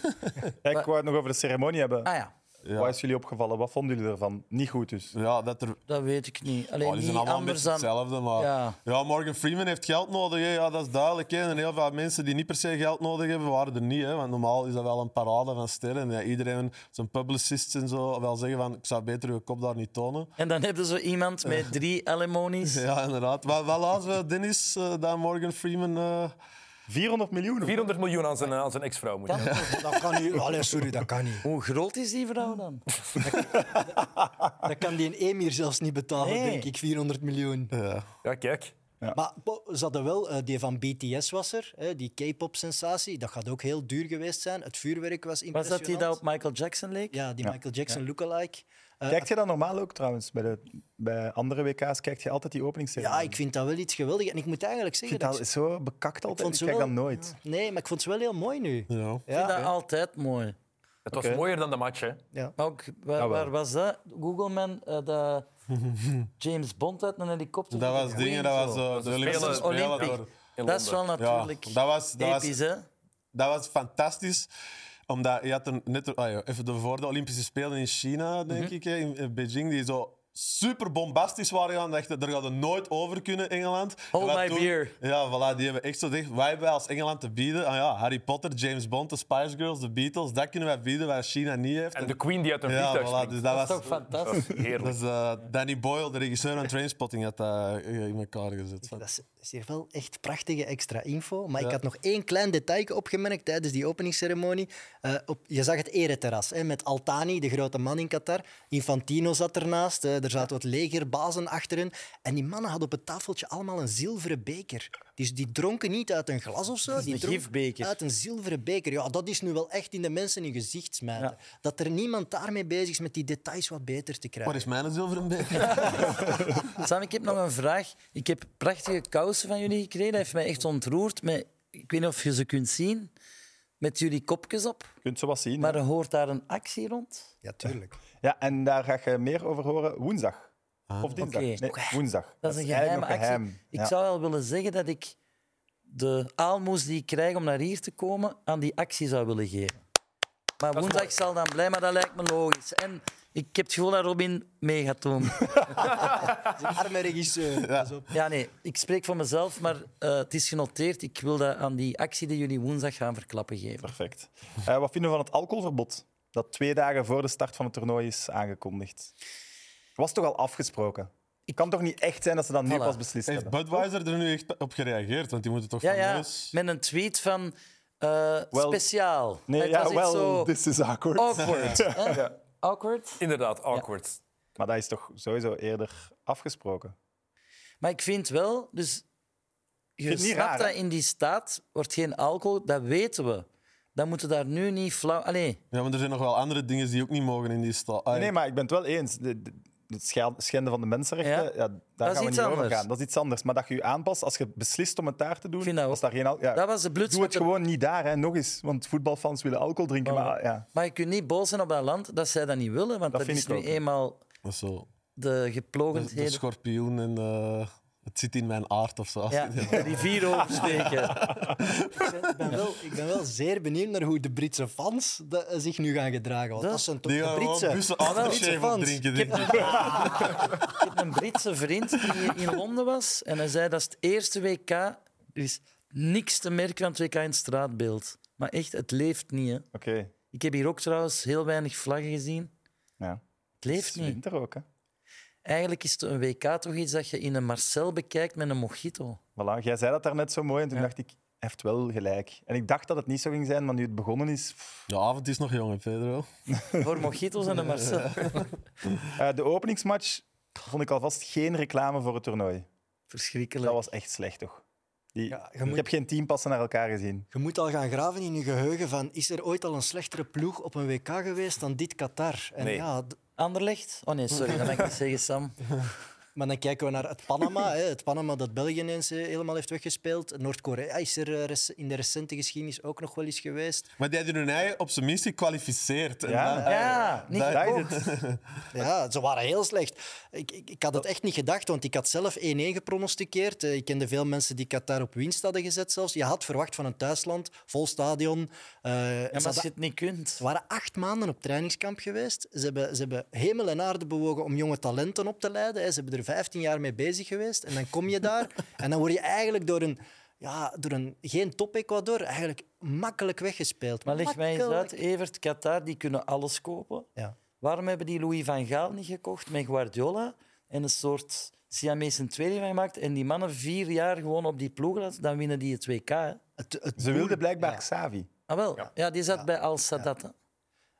Speaker 3: ja, ik wou het nog over de ceremonie hebben.
Speaker 5: Ah ja,
Speaker 3: Wat is jullie opgevallen? Wat vonden jullie ervan? Niet goed dus.
Speaker 6: Ja, dat er...
Speaker 5: dat weet ik niet. Alleen
Speaker 6: Oh, die
Speaker 5: niet
Speaker 6: zijn allemaal een
Speaker 5: anders
Speaker 6: beetje
Speaker 5: dan...
Speaker 6: hetzelfde, maar...
Speaker 5: Ja.
Speaker 6: Ja. Morgan Freeman heeft geld nodig, hè. ja, dat is duidelijk. Hè. En heel veel mensen die niet per se geld nodig hebben, waren er niet. Hè. Want normaal is dat wel een parade van sterren. Ja, iedereen, zijn publicists en zo, wel zeggen van, ik zou beter je kop daar niet tonen.
Speaker 5: En dan hebben ze iemand met drie alimonies.
Speaker 6: Ja, inderdaad. Wat, wat lazen we, Dennis, eh, dat Morgan Freeman... eh,
Speaker 3: 400 miljoen? of-
Speaker 7: 400 miljoen aan zijn, aan zijn ex-vrouw moet. Ja.
Speaker 2: Dat kan niet. Allee, sorry, dat kan niet.
Speaker 5: Hoe groot is die vrouw dan?
Speaker 6: Hm.
Speaker 2: Dat kan die een emir zelfs niet betalen,
Speaker 5: Nee.
Speaker 2: denk ik. 400 miljoen.
Speaker 7: ja, kijk.
Speaker 2: Maar bo- ze hadden wel, eh, die van BTS was er, hè, die K-pop-sensatie. Dat gaat ook heel duur geweest zijn. Het vuurwerk was
Speaker 5: Was
Speaker 2: impressionant.
Speaker 5: dat die dat op Michael Jackson leek?
Speaker 2: Ja, die Michael Jackson lookalike. Eh,
Speaker 3: Kijkt je dat normaal ook trouwens? Bij, de, bij andere WK's kijkt je altijd die openingsserie.
Speaker 2: ja, ik vind dat wel iets geweldigs. En ik moet eigenlijk zeggen...
Speaker 3: vind
Speaker 2: Dat
Speaker 3: dat
Speaker 2: ik-
Speaker 3: is zo bekakt altijd.
Speaker 2: vond
Speaker 3: Ik,
Speaker 2: ze
Speaker 3: kijk
Speaker 2: wel-
Speaker 3: dat nooit.
Speaker 2: Nee, maar ik vond ze wel heel mooi nu.
Speaker 6: Ja.
Speaker 5: Ik vind dat altijd mooi.
Speaker 7: Het was mooier dan de match, hè?
Speaker 5: Maar ook, waar, waar was dat? Google Man, eh, dat James Bond uit een helikopter.
Speaker 6: Dat
Speaker 5: voor de
Speaker 6: was
Speaker 5: Queen
Speaker 6: dingen, dat was
Speaker 5: zo.
Speaker 6: zo. De Olympische
Speaker 7: Spelen-
Speaker 6: Spelen.
Speaker 5: Olympic.
Speaker 6: door-
Speaker 7: In
Speaker 5: Dat is wel
Speaker 7: Londen.
Speaker 6: Ja,
Speaker 5: natuurlijk
Speaker 6: dat was, dat was
Speaker 5: episch, hè?
Speaker 6: Dat was fantastisch. Omdat je had er net ah ja, even de voor de Olympische Spelen in China, denk
Speaker 5: Mhm.
Speaker 6: ik, hè, in, in Beijing, die zo super bombastisch waren gaan. Dachten, daar gaat het nooit over kunnen, Engeland. En
Speaker 5: Hold
Speaker 6: wat
Speaker 5: my beer.
Speaker 6: Ja, voilà, die hebben echt zo dicht. Wij hebben als Engeland te bieden. Ah ja, Harry Potter, James Bond, de Spice Girls, de Beatles, dat kunnen wij bieden waar China niet heeft.
Speaker 7: En de Queen die uit een
Speaker 6: ja,
Speaker 7: vliegtuig
Speaker 6: voilà,
Speaker 7: springt.
Speaker 6: dus dat,
Speaker 5: Dat is
Speaker 6: was.
Speaker 5: toch fantastisch?
Speaker 7: Heerlijk.
Speaker 6: Dat is, eh, Danny Boyle, de regisseur van Trainspotting, had dat eh, in elkaar gezet.
Speaker 2: Dat is- is hier wel echt prachtige extra info. Maar ik had nog één klein detail opgemerkt tijdens die openingsceremonie. Eh, op, je zag het ereterras hè, met Altani, de grote man in Qatar. Infantino zat ernaast. eh, er zaten wat legerbazen achterin. En die mannen hadden op het tafeltje allemaal een zilveren beker. Dus die dronken niet uit een glas of zo.
Speaker 5: is
Speaker 2: die
Speaker 5: een
Speaker 2: dronken
Speaker 5: gifbeker.
Speaker 2: Uit een zilveren beker. Ja, dat is nu wel echt in de mensen hun gezicht smijten. Dat er niemand daarmee bezig is met die details wat beter te krijgen.
Speaker 6: Waar is mijn zilveren beker?
Speaker 5: Sam, ik heb nog een vraag. Ik heb prachtige kousen van jullie gekregen. Dat heeft mij echt ontroerd. Met, ik weet niet of je ze kunt zien. Met jullie kopjes op.
Speaker 3: Je kunt ze wat zien.
Speaker 5: Maar
Speaker 3: hè.
Speaker 5: er hoort daar een actie rond.
Speaker 2: Ja, tuurlijk.
Speaker 3: Ja, en daar ga je meer over horen woensdag. Of dinsdag.
Speaker 5: Ah, Oké.
Speaker 3: Nee, woensdag.
Speaker 5: Dat is een
Speaker 3: eigenlijk
Speaker 5: geheime
Speaker 3: nog
Speaker 5: actie. Ik
Speaker 3: Ja.
Speaker 5: zou wel willen zeggen dat ik de aalmoes die ik krijg om naar hier te komen, aan die actie zou willen geven. Maar woensdag zal dan blij, maar dat lijkt me logisch. En ik heb het gevoel dat Robin mee gaat doen.
Speaker 2: Arme regisseur. Pas op.
Speaker 5: Ja, nee, ik spreek voor mezelf, maar eh, het is genoteerd. Ik wil dat aan die actie die jullie woensdag gaan verklappen geven.
Speaker 3: Perfect. Eh, wat vinden we van het alcoholverbod? Dat twee dagen voor de start van het toernooi is aangekondigd. Was toch al afgesproken? Het kan toch niet echt zijn dat ze dat nu
Speaker 5: Voilà.
Speaker 3: pas beslist
Speaker 6: Heeft
Speaker 3: hebben?
Speaker 6: Budweiser er nu echt op gereageerd? Want die moeten toch
Speaker 5: Ja,
Speaker 6: van
Speaker 5: ja,
Speaker 6: ons...
Speaker 5: met een tweet van eh, speciaal.
Speaker 3: Nee,
Speaker 5: Het
Speaker 3: ja,
Speaker 5: was echt
Speaker 3: wel,
Speaker 5: zo
Speaker 3: this is awkward.
Speaker 5: awkward. hè? Awkward.
Speaker 7: Inderdaad, awkward.
Speaker 3: Maar dat is toch sowieso eerder afgesproken?
Speaker 5: Maar ik vind wel, dus je
Speaker 3: het niet
Speaker 5: snapt
Speaker 3: raar,
Speaker 5: dat
Speaker 3: hè?
Speaker 5: in die staat wordt geen alcohol, dat weten we. Dan moeten we daar nu niet flauw. Allee,
Speaker 6: Ja, maar er zijn nog wel andere dingen die ook niet mogen in die stad. Ah,
Speaker 3: Nee,
Speaker 6: ja.
Speaker 3: nee, maar ik ben het wel eens. De, de- het scha- schenden van de mensenrechten,
Speaker 5: Ja.
Speaker 3: ja. daar
Speaker 5: is
Speaker 3: gaan we
Speaker 5: iets
Speaker 3: niet over
Speaker 5: anders.
Speaker 3: gaan. Dat is iets anders. Maar dat je je aanpast als je beslist om het daar te doen.
Speaker 5: vind dat
Speaker 3: als
Speaker 5: ook.
Speaker 3: daar geen al- ja.
Speaker 5: dat was de bluts.
Speaker 3: Doe het gewoon niet daar, hè. nog eens. Want voetbalfans willen alcohol drinken. Maar, ja.
Speaker 5: Maar je kunt niet boos zijn op dat land dat zij dat niet willen, want dat,
Speaker 3: Dat vind
Speaker 5: is
Speaker 3: ik
Speaker 5: nu
Speaker 3: ook, hè.
Speaker 5: eenmaal
Speaker 6: Dat is zo.
Speaker 5: de
Speaker 6: De, de
Speaker 5: geplogendheden.
Speaker 6: schorpioen en eh, het zit in mijn aard of zo.
Speaker 5: Ja, de rivier oversteken.
Speaker 2: Ik ben, wel, ik ben wel zeer benieuwd naar hoe de Britse fans de- eh, zich nu gaan gedragen. Want
Speaker 5: Dat-
Speaker 2: dat zijn toch
Speaker 6: Die
Speaker 2: de
Speaker 6: gaan gewoon
Speaker 2: Britse.
Speaker 6: bussen
Speaker 2: wel,
Speaker 6: aftershave
Speaker 2: fans.
Speaker 6: op drinken.
Speaker 5: Ik heb,
Speaker 6: denk ik.
Speaker 5: ik heb een Britse vriend die hier in Londen was en hij zei dat is het eerste WK. Er is niks te merken aan het WK in het straatbeeld. Maar echt, het leeft niet. Hè.
Speaker 3: Oké.
Speaker 5: Ik heb hier ook trouwens heel weinig vlaggen gezien.
Speaker 3: Ja.
Speaker 5: Het leeft
Speaker 3: Het is
Speaker 5: niet.
Speaker 3: winter ook, hè.
Speaker 5: Eigenlijk is het een WK toch iets dat je in een Marcel bekijkt met een mojito.
Speaker 3: Voilà. Jij zei dat daarnet zo mooi en toen dacht ik, hij heeft wel gelijk. En ik dacht dat het niet zo ging zijn, maar nu het begonnen is... pff.
Speaker 6: De avond is nog jong, hè, Pedro.
Speaker 5: Voor mojitos en een Marcel.
Speaker 3: Eh, de openingsmatch vond ik alvast geen reclame voor het toernooi. Dat
Speaker 5: Verschrikkelijk.
Speaker 3: was echt slecht, toch? Die,
Speaker 2: Ja, je
Speaker 3: Ik
Speaker 2: moet-
Speaker 3: heb geen team passen naar elkaar gezien.
Speaker 2: Je moet al gaan graven in je geheugen van is er ooit al een slechtere ploeg op een WK geweest dan dit Qatar? En
Speaker 7: Nee.
Speaker 2: ja, d-
Speaker 5: Anderlecht? Oh nee, sorry, dat mag ik niet zeggen, Sam.
Speaker 2: maar dan kijken we naar het Panama. hè. Het Panama dat België ineens eh, helemaal heeft weggespeeld. Noord-Korea is er eh, rec- in de recente geschiedenis ook nog wel eens geweest.
Speaker 6: Maar die hadden hun eigen op zijn minst gekwalificeerd. En
Speaker 3: Ja.
Speaker 6: dan-
Speaker 5: Ja, niet
Speaker 6: dat-
Speaker 3: Daar
Speaker 5: gekocht.
Speaker 3: is het.
Speaker 2: Ja, ze waren heel slecht. Ik, ik, ik had het echt niet gedacht, want ik had zelf 1-1 gepronosticeerd. Eh, Ik kende veel mensen die Qatar op winst hadden gezet zelfs. Je had verwacht van een thuisland, vol stadion. Eh, ze
Speaker 5: Ja, maar als
Speaker 2: hadden-
Speaker 5: je het niet kunt.
Speaker 2: Ze waren acht maanden op trainingskamp geweest. Ze hebben, ze hebben hemel en aarde bewogen om jonge talenten op te leiden. hè. Ze hebben er 15 jaar mee bezig geweest. En dan kom je daar en dan word je eigenlijk door een, ja, door een geen top-Ecuador eigenlijk makkelijk weggespeeld.
Speaker 5: Maar leg mij eens uit,
Speaker 2: Makkelijk.
Speaker 5: Evert, Qatar, die kunnen alles kopen.
Speaker 2: Ja.
Speaker 5: Waarom hebben die Louis van Gaal niet gekocht met Guardiola en een soort Siamese een tweeling van gemaakt en die mannen vier jaar gewoon op die ploeg laten, dan winnen die het WK. Hè?
Speaker 2: Het, het
Speaker 3: Ze wilden
Speaker 2: doel-
Speaker 3: blijkbaar
Speaker 2: Ja.
Speaker 3: Xavi.
Speaker 5: Ah wel, ja. die zat bij Al Sadat. hè.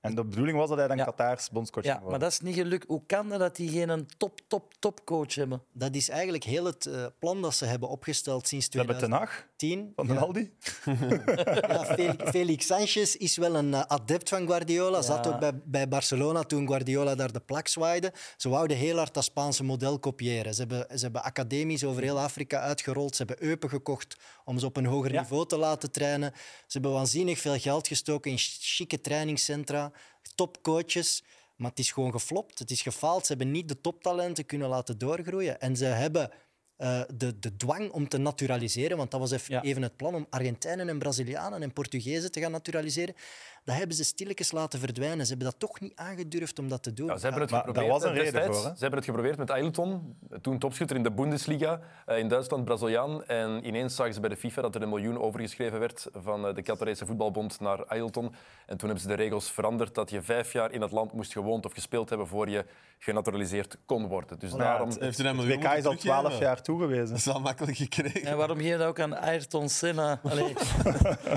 Speaker 3: En En de bedoeling was dat hij dan
Speaker 5: Ja.
Speaker 3: Qatars bondscoach
Speaker 5: Ja,
Speaker 3: ging
Speaker 5: maar
Speaker 3: worden.
Speaker 5: dat is niet gelukt. Hoe kan dat dat die geen top, top, topcoach hebben?
Speaker 2: Dat is eigenlijk heel het eh, plan dat ze hebben opgesteld sinds
Speaker 3: Ze hebben Ten
Speaker 2: 2010.
Speaker 3: Hag van de Aldi.
Speaker 2: Ja, Eh, Fel- Felix Sanchez is wel een eh, adept van Guardiola. Zat ook bij, bij Barcelona toen Guardiola daar de plak zwaaide. Ze wouden heel hard dat Spaanse model kopiëren. Ze hebben, ze hebben academies over heel Afrika uitgerold. Ze hebben Eupen gekocht om ze op een hoger niveau te laten trainen. Ze hebben waanzinnig veel geld gestoken in ch- chique trainingscentra, topcoaches. Maar het is gewoon geflopt. Het is gefaald. Ze hebben niet de toptalenten kunnen laten doorgroeien. En ze hebben eh, de, de dwang om te naturaliseren, want dat was even,
Speaker 5: Ja.
Speaker 2: even het plan om Argentijnen en Brazilianen en Portugezen te gaan naturaliseren. Dat hebben ze stilletjes laten verdwijnen. Ze hebben dat toch niet aangedurfd om dat te doen.
Speaker 7: Ja, ze hebben het
Speaker 3: Maar
Speaker 7: geprobeerd.
Speaker 3: daar was een reden
Speaker 7: destijds.
Speaker 3: voor, hè?
Speaker 7: Ze hebben het geprobeerd met Ailton, toen topschutter in de Bundesliga eh, in Duitsland, Braziliaan. En ineens zagen ze bij de FIFA dat er een miljoen overgeschreven werd van eh, de Qatarese voetbalbond naar Ailton. En toen hebben ze de regels veranderd dat je vijf jaar in het land moest gewoond of gespeeld hebben voor je genaturaliseerd kon worden. Dus daarom.
Speaker 6: het- heeft hij hem
Speaker 3: het
Speaker 6: weer
Speaker 3: WK
Speaker 6: moeten
Speaker 3: is al
Speaker 6: teruggeven?
Speaker 3: 12 jaar
Speaker 6: Dat
Speaker 3: toegewezen.
Speaker 6: is al makkelijk gekregen.
Speaker 5: En waarom geef je dat ook aan Ayrton Senna? Allee,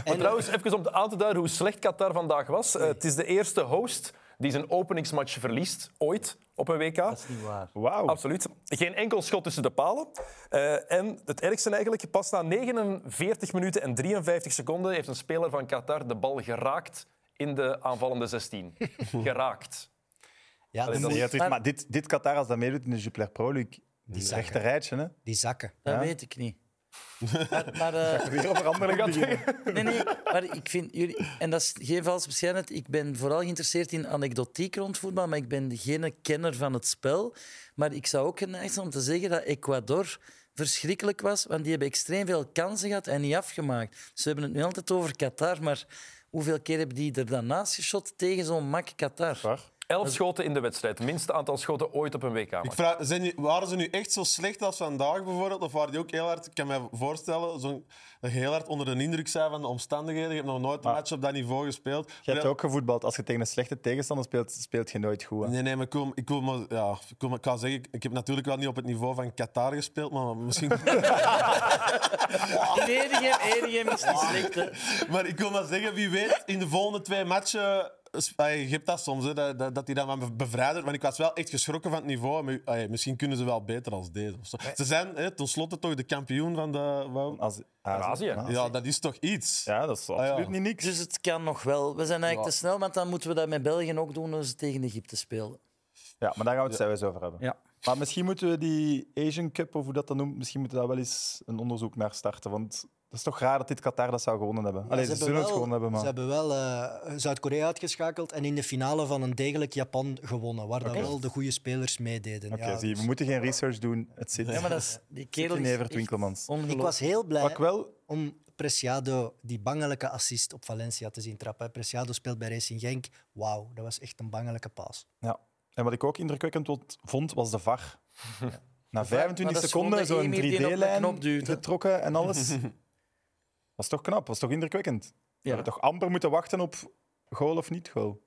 Speaker 7: Maar trouwens, even om aan te duiden hoe slecht Qatar vandaag was. Eh, het is de eerste host die zijn openingsmatch verliest ooit op een WK.
Speaker 5: dat is niet waar.
Speaker 3: Wauw.
Speaker 7: Absoluut. Geen enkel schot tussen de palen. Eh, en het ergste eigenlijk, pas na 49 minuten en 53 seconden heeft een speler van Qatar de bal geraakt in de aanvallende 16. Geraakt.
Speaker 2: Ja,
Speaker 7: Allee,
Speaker 2: dan
Speaker 7: dat
Speaker 2: moet-
Speaker 7: is-
Speaker 3: Ja, terug, maar dit, dit Qatar, als dat meedoet in de Jupiler Pro League, die is rechte rijtje. Hè?
Speaker 2: die zakken.
Speaker 5: Dat weet ik niet. Maar, maar, eh,
Speaker 3: Weer over andere dingen.
Speaker 5: nee, nee, maar ik vind jullie... En dat is geen valse bescheidenheid. Ik ben vooral geïnteresseerd in anekdotiek rond voetbal, maar ik ben geen kenner van het spel. Maar ik zou ook geneigd zijn om te zeggen dat Ecuador verschrikkelijk was, want die hebben extreem veel kansen gehad en niet afgemaakt. Ze hebben het nu altijd over Qatar, maar hoeveel keer hebben die er daarnaast geschot tegen zo'n mak Qatar?
Speaker 7: Elf schoten in de wedstrijd. Minste aantal schoten ooit op een WK.
Speaker 6: Ik
Speaker 7: match.
Speaker 6: vraag, zijn die- waren ze nu echt zo slecht als vandaag bijvoorbeeld? Of waren die ook heel hard, ik kan me voorstellen, zo, dat je heel hard onder de indruk zijn van de omstandigheden. Je hebt nog nooit een match op dat niveau gespeeld.
Speaker 3: Je hebt ook gevoetbald. Als je tegen een slechte tegenstander speelt, speelt je nooit goed. hè.
Speaker 6: Nee, nee, maar ik wil, ik, wil maar, ja, ik, wil, maar- ik kan zeggen, ik- ik heb natuurlijk wel niet op het niveau van Qatar gespeeld, maar misschien...
Speaker 5: Enigem, enigem is niet slecht. hè.
Speaker 6: maar ik wil maar zeggen, wie weet, in de volgende twee matchen... sp- ay, Je hebt dat soms, hè, dat, dat, dat die dan maar be- bevrijdert. Want ik was wel echt geschrokken van het niveau. Maar, ay, misschien kunnen ze wel beter als deze. of zo. Ze zijn hè, tenslotte toch de kampioen van de... wou-
Speaker 3: Als,
Speaker 7: Azië.
Speaker 6: Ja, dat is toch iets.
Speaker 3: Ja, dat is absoluut
Speaker 6: ja.
Speaker 3: niet niks.
Speaker 5: Dus het kan nog wel. We zijn eigenlijk te snel, want dan moeten we dat met België ook doen als ze tegen Egypte spelen.
Speaker 3: Ja, maar daar gaan we het zelfs over hebben.
Speaker 5: Ja.
Speaker 3: Maar misschien moeten we die Asian Cup, of hoe dat dan noemt, misschien moeten we daar wel eens een onderzoek naar starten. Want dat is toch raar dat dit Qatar dat zou gewonnen hebben. Alleen ze,
Speaker 2: hebben
Speaker 3: zullen het
Speaker 2: wel-
Speaker 3: gewonnen hebben, maar...
Speaker 2: Ze hebben wel eh, Zuid-Korea uitgeschakeld en in de finale van een degelijk Japan gewonnen, waar dan wel de goede spelers meededen.
Speaker 3: Oké,
Speaker 2: Ja,
Speaker 3: zie je, we
Speaker 2: dus-
Speaker 3: moeten geen research doen. Het zit.
Speaker 5: Ja, maar dat is, die kerel
Speaker 3: in
Speaker 5: is
Speaker 3: Evert
Speaker 5: echt
Speaker 3: Winkelmans.
Speaker 5: ongelooflijk.
Speaker 2: Ik was heel blij
Speaker 3: Wat ik wel...
Speaker 2: om Preciado, die bangelijke assist op Valencia, te zien trappen. Preciado speelt bij Racing Genk. Wauw, dat was echt een bangelijke paas.
Speaker 3: Ja. En wat ik ook indrukwekkend wat- vond, was de VAR. Na
Speaker 5: maar
Speaker 3: 25
Speaker 5: dat is
Speaker 3: seconden
Speaker 5: gewoon
Speaker 3: zo'n
Speaker 5: de Emir die op de
Speaker 3: 3D-lijn
Speaker 5: knop duwt, hè.
Speaker 3: getrokken en alles. was toch knap, was toch indrukwekkend. We
Speaker 5: Ja,
Speaker 3: hebben toch amper moeten wachten op goal of niet goal.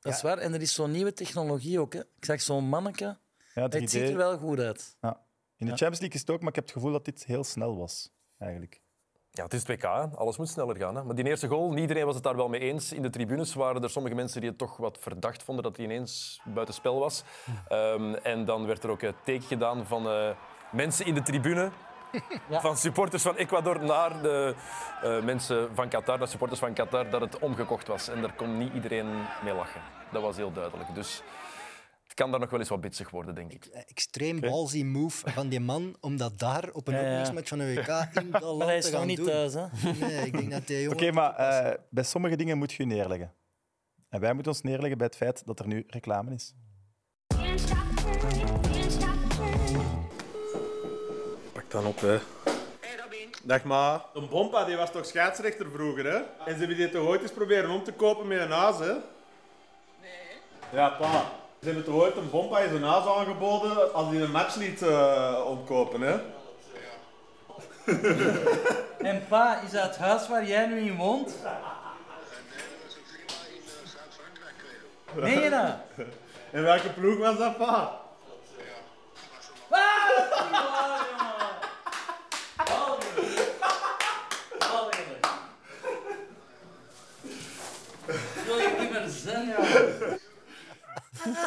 Speaker 5: dat is waar. En er is zo'n nieuwe technologie ook. Hè. Ik zag zo'n manneke.
Speaker 3: Ja, 3D.
Speaker 5: Het ziet er wel goed uit.
Speaker 3: Ja. In de Champions League is het ook, maar ik heb het gevoel dat dit heel snel was, eigenlijk.
Speaker 7: Ja, het is het WK. hè. Alles moet sneller gaan. Hè. Maar die eerste goal, niet iedereen was het daar wel mee eens. In de tribunes waren er sommige mensen die het toch wat verdacht vonden dat hij ineens buitenspel was. Ehm, en dan werd er ook een teken gedaan van eh, mensen in de tribune. Van supporters van Ecuador naar de eh, mensen van Qatar, naar supporters van Qatar, dat het omgekocht was. En daar kon niet iedereen mee lachen. Dat was heel duidelijk. Dus het kan daar nog wel eens wat bitsig worden, denk ik.
Speaker 2: Eh, Extreem ballsy move van die man om dat daar op een
Speaker 5: ja.
Speaker 2: openingsmatch van een WK in dat land
Speaker 5: Maar hij
Speaker 2: te
Speaker 5: is nog
Speaker 2: gaan
Speaker 5: niet eh,
Speaker 2: doen.
Speaker 5: thuis. Hè.
Speaker 2: Nee, ik denk dat die jongen...
Speaker 3: Oké, maar eh, bij sommige dingen moet je je neerleggen. En wij moeten ons neerleggen bij het feit dat er nu reclame is.
Speaker 9: Pak dan op, hè.
Speaker 6: Dag maar.
Speaker 9: Een Bompa die was toch scheidsrechter vroeger, hè? En ze hebben die toch ooit eens proberen om te kopen met een haas, hè? Nee. Ja, pa. Ze hebben toch ooit een Bompa eens een haas aangeboden als die een match liet eh, omkopen, hè?
Speaker 5: En pa, is dat het huis waar jij nu in woont? Nee, dat?
Speaker 9: En welke ploeg was dat, pa?
Speaker 5: Wil je die meer zin, ja.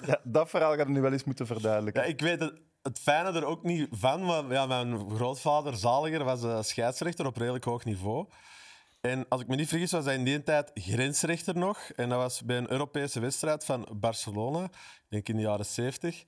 Speaker 3: Ja, dat verhaal gaat nu wel eens moeten verduidelijken.
Speaker 6: Ja, ik weet het, het fijne er ook niet van, maar ja, mijn grootvader, zaliger, was eh, scheidsrechter op redelijk hoog niveau. En als ik me niet vergis, was hij in die tijd grensrechter nog. En dat was bij een Europese wedstrijd van Barcelona, ik denk in de jaren 70.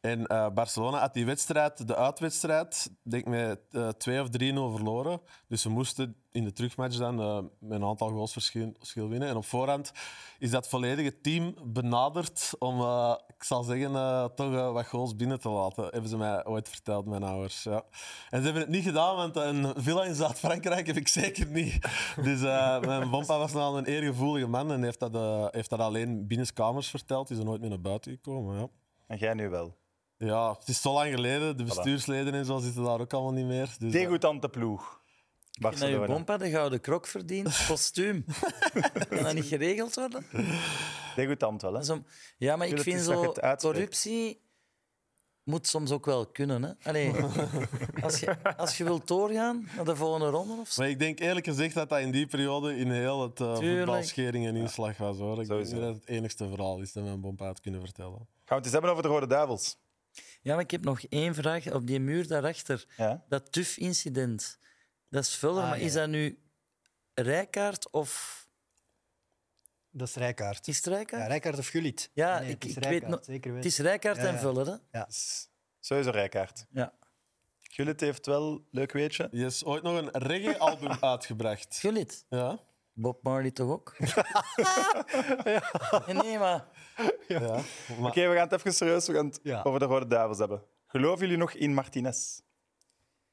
Speaker 6: En eh, Barcelona had die wedstrijd, de uitwedstrijd, denk met eh 2 of 3-0 verloren. Dus ze moesten in de terugmatch dan eh, met een aantal goals verschil, verschil winnen. En op voorhand is dat volledige team benaderd om, eh, ik zal zeggen, eh, toch eh, wat goals binnen te laten. Hebben ze mij ooit verteld, mijn ouders. Ja. En ze hebben het niet gedaan, want een villa in Zuid-Frankrijk heb ik zeker niet. Dus eh, mijn bompa was nogal een eergevoelige man en heeft dat, eh, heeft dat alleen binnenkamers verteld. Is er nooit meer naar buiten gekomen. Ja.
Speaker 3: En jij nu wel.
Speaker 6: Ja, het is zo lang geleden. De bestuursleden en zo zitten daar ook allemaal niet meer. Dus dat-
Speaker 3: Degoutant de ploeg.
Speaker 5: Naar je
Speaker 3: Barcelona.
Speaker 5: bompa de gouden krok verdient, kostuum. Kan dat niet geregeld worden?
Speaker 3: Degoutant wel, hè?
Speaker 5: Dat is om- Ja, maar ik
Speaker 3: Tuurlijk
Speaker 5: vind
Speaker 3: is dat je
Speaker 5: zo,
Speaker 3: het uitspreekt.
Speaker 5: corruptie moet soms ook wel kunnen. Hè? Allee, als, je, als je wilt doorgaan naar de volgende ronde of zo.
Speaker 6: Maar ik denk eerlijk gezegd dat dat in die periode in heel het eh
Speaker 5: Tuurlijk.
Speaker 6: voetbalschering een inslag was. Hoor. Ik
Speaker 3: Sowieso.
Speaker 6: denk niet dat het enigste verhaal is dat mijn bompa had kunnen vertellen.
Speaker 3: Gaan we het eens hebben over de Rode Duivels?
Speaker 5: Ja, maar ik heb nog één vraag. Op die muur daarachter,
Speaker 3: Ja.
Speaker 5: dat TUF-incident, dat is
Speaker 2: Ah,
Speaker 5: Vuller, maar is dat nu Rijkaard of
Speaker 2: Dat is Rijkaard.
Speaker 5: is het
Speaker 2: Ja,
Speaker 5: Rijkaard?
Speaker 2: Rijkaard of Gullit.
Speaker 5: Ja,
Speaker 2: Nee,
Speaker 5: ik-
Speaker 2: het is
Speaker 5: ik weet
Speaker 2: Rijkaard,
Speaker 5: nog-
Speaker 2: zeker
Speaker 5: het
Speaker 2: weten.
Speaker 5: is Rijkaard
Speaker 2: Ja, ja.
Speaker 5: en Vuller, hè?
Speaker 3: Sowieso Rijkaard.
Speaker 5: Ja.
Speaker 3: Gullit heeft wel, leuk weetje,
Speaker 6: Je is ooit nog een reggae-album uitgebracht.
Speaker 5: Gullit.
Speaker 6: Ja?
Speaker 5: Bob Marley toch ook? Nee, Nee, maar...
Speaker 6: ja. Maar
Speaker 3: Oké, we gaan het even serieus we gaan het
Speaker 2: Ja.
Speaker 3: over de Rode Duivels hebben. Geloven jullie nog in Martinez?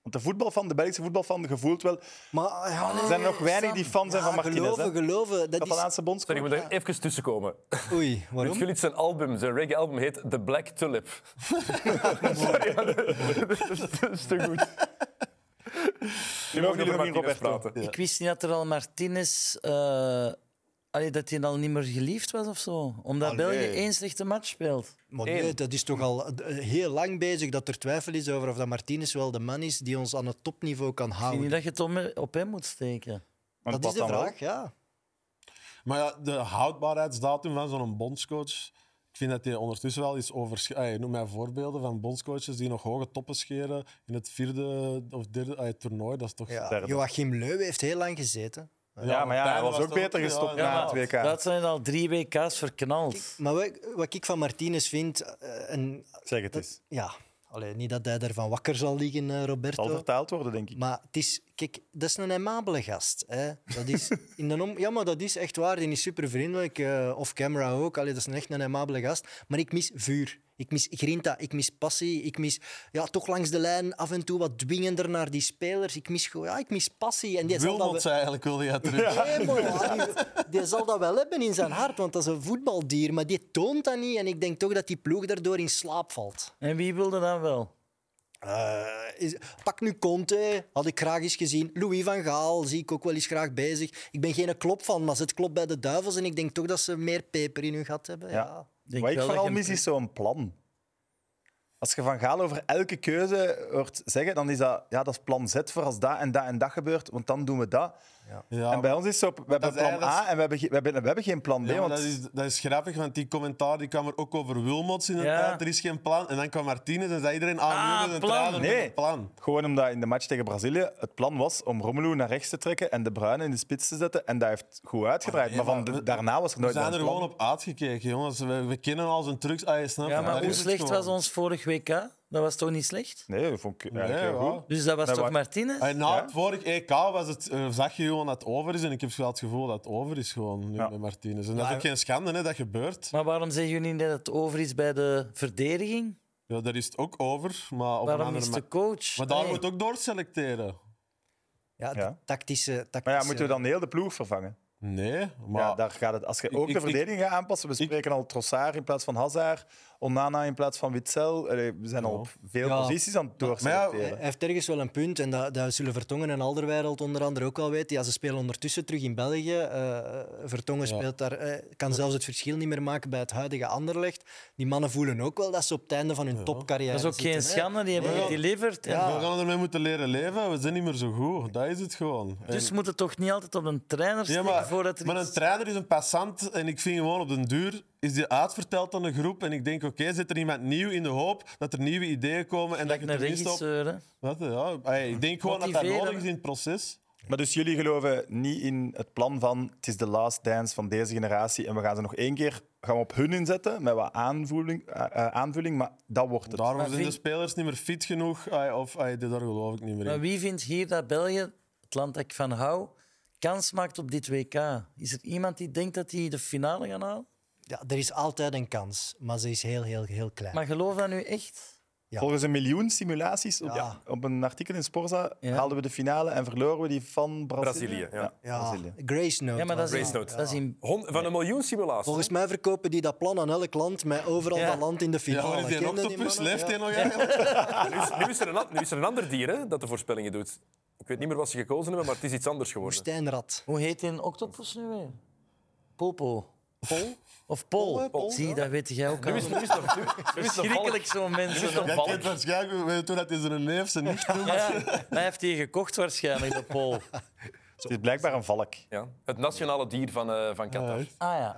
Speaker 3: Want de voetbalfan, de Belgische voetbalfan, gevoelt wel...
Speaker 2: Maar ja, nee.
Speaker 3: Er zijn nog weinig die fan zijn
Speaker 2: Ja,
Speaker 3: van Martinez.
Speaker 2: geloven,
Speaker 3: hè?
Speaker 2: geloven. Dat is...
Speaker 3: Catalaanse bondscoach.
Speaker 7: Sorry, ik moet er even tussenkomen.
Speaker 2: Oei,
Speaker 7: Ruud
Speaker 2: waarom?
Speaker 7: Gullit zijn album, zijn reggae-album, heet The Black Tulip. Sorry, maar dat- dat is te goed.
Speaker 3: Geloven jullie nog in
Speaker 7: Martinez
Speaker 3: Roberto?
Speaker 7: praten.
Speaker 5: Ik wist niet dat er al Martinez. eh allee, dat hij al niet meer geliefd was of zo. Omdat België één slechte match speelt.
Speaker 2: Maar nee, dat is toch al eh, heel lang bezig dat er twijfel is over of dat Martinez wel de man is die ons aan het topniveau kan
Speaker 5: Ik vind
Speaker 2: houden.
Speaker 5: niet dat je het om- op hem moet steken.
Speaker 3: Want
Speaker 2: Dat is de
Speaker 3: Platan wel.
Speaker 2: vraag, ja.
Speaker 6: Maar ja, de houdbaarheidsdatum van zo'n bondscoach. Ik vind dat die ondertussen wel is over. Noem mij voorbeelden van bondscoaches die nog hoge toppen scheren in het vierde of derde ah, het toernooi. Dat is toch.
Speaker 2: ja.
Speaker 3: Derde.
Speaker 2: Joachim Leu heeft heel lang gezeten.
Speaker 3: Ja, maar ja,
Speaker 6: Martijn
Speaker 3: hij was ook
Speaker 6: toch
Speaker 3: beter
Speaker 6: ja,
Speaker 3: gestopt
Speaker 6: ja.
Speaker 3: na het WK.
Speaker 5: Dat zijn al drie WK's verknald.
Speaker 2: Maar wat, wat ik van Martinez vind, eh, en,
Speaker 3: Zeg het eens.
Speaker 2: ja, allee, niet dat hij daarvan wakker zal liggen, eh,
Speaker 3: Het zal
Speaker 2: Roberto.
Speaker 3: vertaald worden, denk ik.
Speaker 2: Maar het is, kijk, dat is een aimabele gast. Hè. Dat is in de om... Ja, maar dat is echt waar. Die is super vriendelijk. of camera ook. Allee, dat is een echt een aimabele gast. Maar ik mis vuur. Ik mis grinta. Ik mis passie. Ik mis ja, toch langs de lijn af en toe wat dwingender naar die spelers. Ik mis, gewoon- ja, ik mis passie. En die zal dat
Speaker 6: Wilmot
Speaker 2: we-
Speaker 6: zei eigenlijk wilde je terug.
Speaker 2: Nee, maar ja, die, die zal dat wel hebben in zijn hart, want dat is een voetbaldier. Maar die toont dat niet. En ik denk toch dat die ploeg daardoor in slaap valt.
Speaker 5: En wie wilde dat wel?
Speaker 2: Eh, is- pak nu Conte, had ik graag eens gezien. Louis van Gaal zie ik ook wel eens graag bezig. Ik ben geen klop van, maar het klopt bij de duivels. En ik denk toch dat ze meer peper in hun gat hebben. Ja.
Speaker 3: Ja.
Speaker 5: Denk
Speaker 3: Wat ik
Speaker 5: wel dat
Speaker 3: vooral
Speaker 5: je-
Speaker 3: mis is zo'n plan. Als je van Gaal over elke keuze hoort zeggen, dan is dat, ja, dat is plan Z voor als dat en dat en dat gebeurt, want dan doen we dat.
Speaker 6: Ja,
Speaker 3: en bij ons is het zo, we hebben
Speaker 6: is
Speaker 3: plan
Speaker 6: eigenlijk-
Speaker 3: A en we hebben, ge- we hebben, we hebben geen plan B.
Speaker 6: Ja, maar
Speaker 3: want
Speaker 6: dat, is, dat is grappig, want die commentaar die kwam er ook over Wilmots inderdaad.
Speaker 5: Ja.
Speaker 6: Er is geen plan. En dan kwam Martinez en zei iedereen aan
Speaker 5: Ah,
Speaker 6: ah, een
Speaker 5: plan.
Speaker 6: trainer met
Speaker 3: Nee.
Speaker 6: een plan.
Speaker 3: Gewoon omdat in de match tegen Brazilië het plan was om Romelu naar rechts te trekken en De Bruyne in de spits te zetten. En dat heeft goed uitgedraaid.
Speaker 6: Ah, Nee,
Speaker 3: maar van
Speaker 6: maar
Speaker 3: de-
Speaker 6: we-
Speaker 3: daarna was er
Speaker 6: We
Speaker 3: nooit
Speaker 6: zijn
Speaker 3: meer
Speaker 6: er
Speaker 3: een
Speaker 6: gewoon
Speaker 3: plan.
Speaker 6: op uitgekeken, jongens. We, we kennen al zijn trucs. Ah, je snapt
Speaker 5: Ja,
Speaker 6: het,
Speaker 5: maar
Speaker 6: daar
Speaker 5: hoe
Speaker 6: is het
Speaker 5: slecht
Speaker 6: gewoon.
Speaker 5: was ons vorig WK? Dat was toch niet slecht?
Speaker 3: Nee, dat vond ik eh,
Speaker 6: Nee,
Speaker 3: eigenlijk heel
Speaker 6: ja.
Speaker 3: goed.
Speaker 5: Dus dat was
Speaker 3: Nee,
Speaker 5: toch
Speaker 3: maar-
Speaker 5: Martinez?
Speaker 6: Ah, na het vorig EK was het, eh, zag je gewoon dat het over is. En ik heb wel het gevoel dat het over is gewoon nu
Speaker 3: Ja.
Speaker 6: met Martinez. En dat is ook geen schande, hè, dat gebeurt.
Speaker 5: Maar waarom zeggen jullie niet dat het over is bij de verdediging?
Speaker 6: Ja, daar is het ook over, maar op een
Speaker 5: Waarom
Speaker 6: andere
Speaker 5: is
Speaker 6: ma-
Speaker 5: de coach?
Speaker 6: Maar daar
Speaker 5: Allee.
Speaker 6: moet ook door selecteren.
Speaker 2: Ja, de
Speaker 3: Ja.
Speaker 2: Tactische, tactische...
Speaker 3: Maar ja, moeten we dan heel de ploeg vervangen?
Speaker 6: Nee, Dus, maar...
Speaker 3: ja, daar gaat het. Als je ook
Speaker 6: ik-
Speaker 3: de
Speaker 6: ik-
Speaker 3: verdediging gaat aanpassen, we spreken al Trossard in plaats van Hazard. Onana in plaats van Witzel. Allee, we zijn al op veel
Speaker 2: Ja.
Speaker 3: posities aan het doorselecteren.
Speaker 2: Hij heeft ergens wel een punt. En dat, dat zullen Vertongen en Alderweireld onder andere ook wel weten. Ja, ze spelen ondertussen terug in België. Eh, Vertongen speelt daar, eh, kan zelfs het verschil niet meer maken bij het huidige Anderlecht. Die mannen voelen ook wel dat ze op het einde van hun topcarrière
Speaker 5: Dat is ook
Speaker 2: zitten,
Speaker 5: geen
Speaker 2: hè.
Speaker 5: schande, die hebben geleverd. En
Speaker 6: We gaan ermee moeten leren leven. We zijn niet meer zo goed. Dat is het gewoon. En-
Speaker 5: Dus we moeten toch niet altijd op een trainer
Speaker 6: ja,
Speaker 5: steken
Speaker 6: maar,
Speaker 5: voordat er
Speaker 6: maar
Speaker 5: iets-
Speaker 6: een trainer is een passant. En ik vind gewoon op den duur is die uitverteld aan een groep. En ik denk, oké, zit er iemand nieuw in de hoop dat er nieuwe ideeën komen. En dat je
Speaker 5: een
Speaker 6: tenminste op...
Speaker 5: regisseur. hè.
Speaker 6: Wat, ja, Ey, ik denk gewoon dat dat
Speaker 5: Motiveren.
Speaker 6: nodig is in het proces.
Speaker 3: Maar dus jullie geloven niet in het plan van het is de last dance van deze generatie en we gaan ze nog één keer gaan we op hun inzetten met wat aanvoeling, eh, eh, aanvulling, maar dat wordt het.
Speaker 6: Daarom zijn de
Speaker 5: vind-
Speaker 6: spelers niet meer fit genoeg. Ey, of, ey, daar geloof ik niet meer
Speaker 5: Maar
Speaker 6: in.
Speaker 5: wie vindt hier dat België, het land dat ik van hou, kans maakt op dit WK? Is er iemand die denkt dat die de finale gaan halen?
Speaker 2: Ja, er is altijd een kans, maar ze is heel, heel, heel klein.
Speaker 5: Maar geloof dat nu echt?
Speaker 2: Ja.
Speaker 3: Volgens een miljoen simulaties op,
Speaker 2: Ja.
Speaker 3: op een artikel in Sporza
Speaker 5: Ja.
Speaker 3: haalden we de finale en verloren we die van Brazilië.
Speaker 7: Brazilië, ja.
Speaker 2: ja,
Speaker 3: Brazilië.
Speaker 2: Grace Note.
Speaker 5: Ja, maar dat
Speaker 2: was
Speaker 5: is,
Speaker 7: Race note.
Speaker 5: dat is in...
Speaker 7: Hon- van een miljoen simulaties.
Speaker 2: Volgens mij verkopen die dat plan aan elk land met overal
Speaker 5: Ja.
Speaker 2: dat land in de
Speaker 6: Ja,
Speaker 2: finale.
Speaker 6: waar is die
Speaker 2: Kende die
Speaker 6: octopus?
Speaker 2: mannen?
Speaker 6: Leeft
Speaker 2: Ja.
Speaker 6: die nog eigenlijk?
Speaker 7: Ah, nu, is, nu is er een, an- nu is er een ander dier hè, dat de voorspellingen doet. Ik weet niet meer wat ze gekozen hebben, maar het is iets anders geworden.
Speaker 2: Woestijnrad.
Speaker 5: Hoe heet die octopus nu weer? Popo. Pol? Of Pol? Zie, dat weet jij ook al.
Speaker 7: Nu is, nu is nog, nu, nu is nog
Speaker 5: Schrikkelijk zo'n mensen. hè.
Speaker 7: nog
Speaker 6: Jij kent waarschijnlijk weet toen dat is een neef zijn nicht doet.
Speaker 5: Ja, hij heeft die gekocht waarschijnlijk, de Pol. Ah
Speaker 3: Het is blijkbaar een valk.
Speaker 7: Ja, het nationale dier van, eh, van Qatar.
Speaker 5: ja,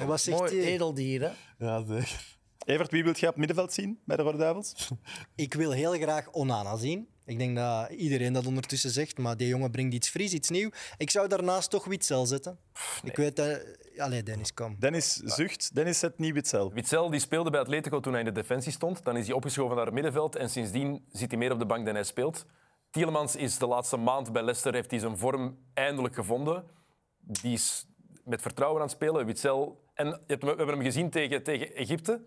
Speaker 2: En wat zegt
Speaker 5: mooi
Speaker 2: hij?
Speaker 5: edeldier. Hè?
Speaker 6: Ja, zeker.
Speaker 3: Evert, wie wilt jij op het middenveld zien bij de Rode Duivels?
Speaker 2: Ik wil heel graag Onana zien. Ik denk dat iedereen dat ondertussen zegt, maar die jongen brengt iets fris, iets nieuw. Ik zou daarnaast toch Witzel zetten. Ik weet dat... Allee, Dennis, kom.
Speaker 3: Dennis zucht, Dennis zet niet Witzel.
Speaker 7: Witzel die speelde bij Atletico toen hij in de defensie stond. Dan is hij opgeschoven naar het middenveld en sindsdien zit hij meer op de bank dan hij speelt. Tielemans is de laatste maand bij Leicester, heeft hij zijn vorm eindelijk gevonden. Die is met vertrouwen aan het spelen. Witzel, en je hebt hem- we hebben hem gezien tegen, tegen Egypte.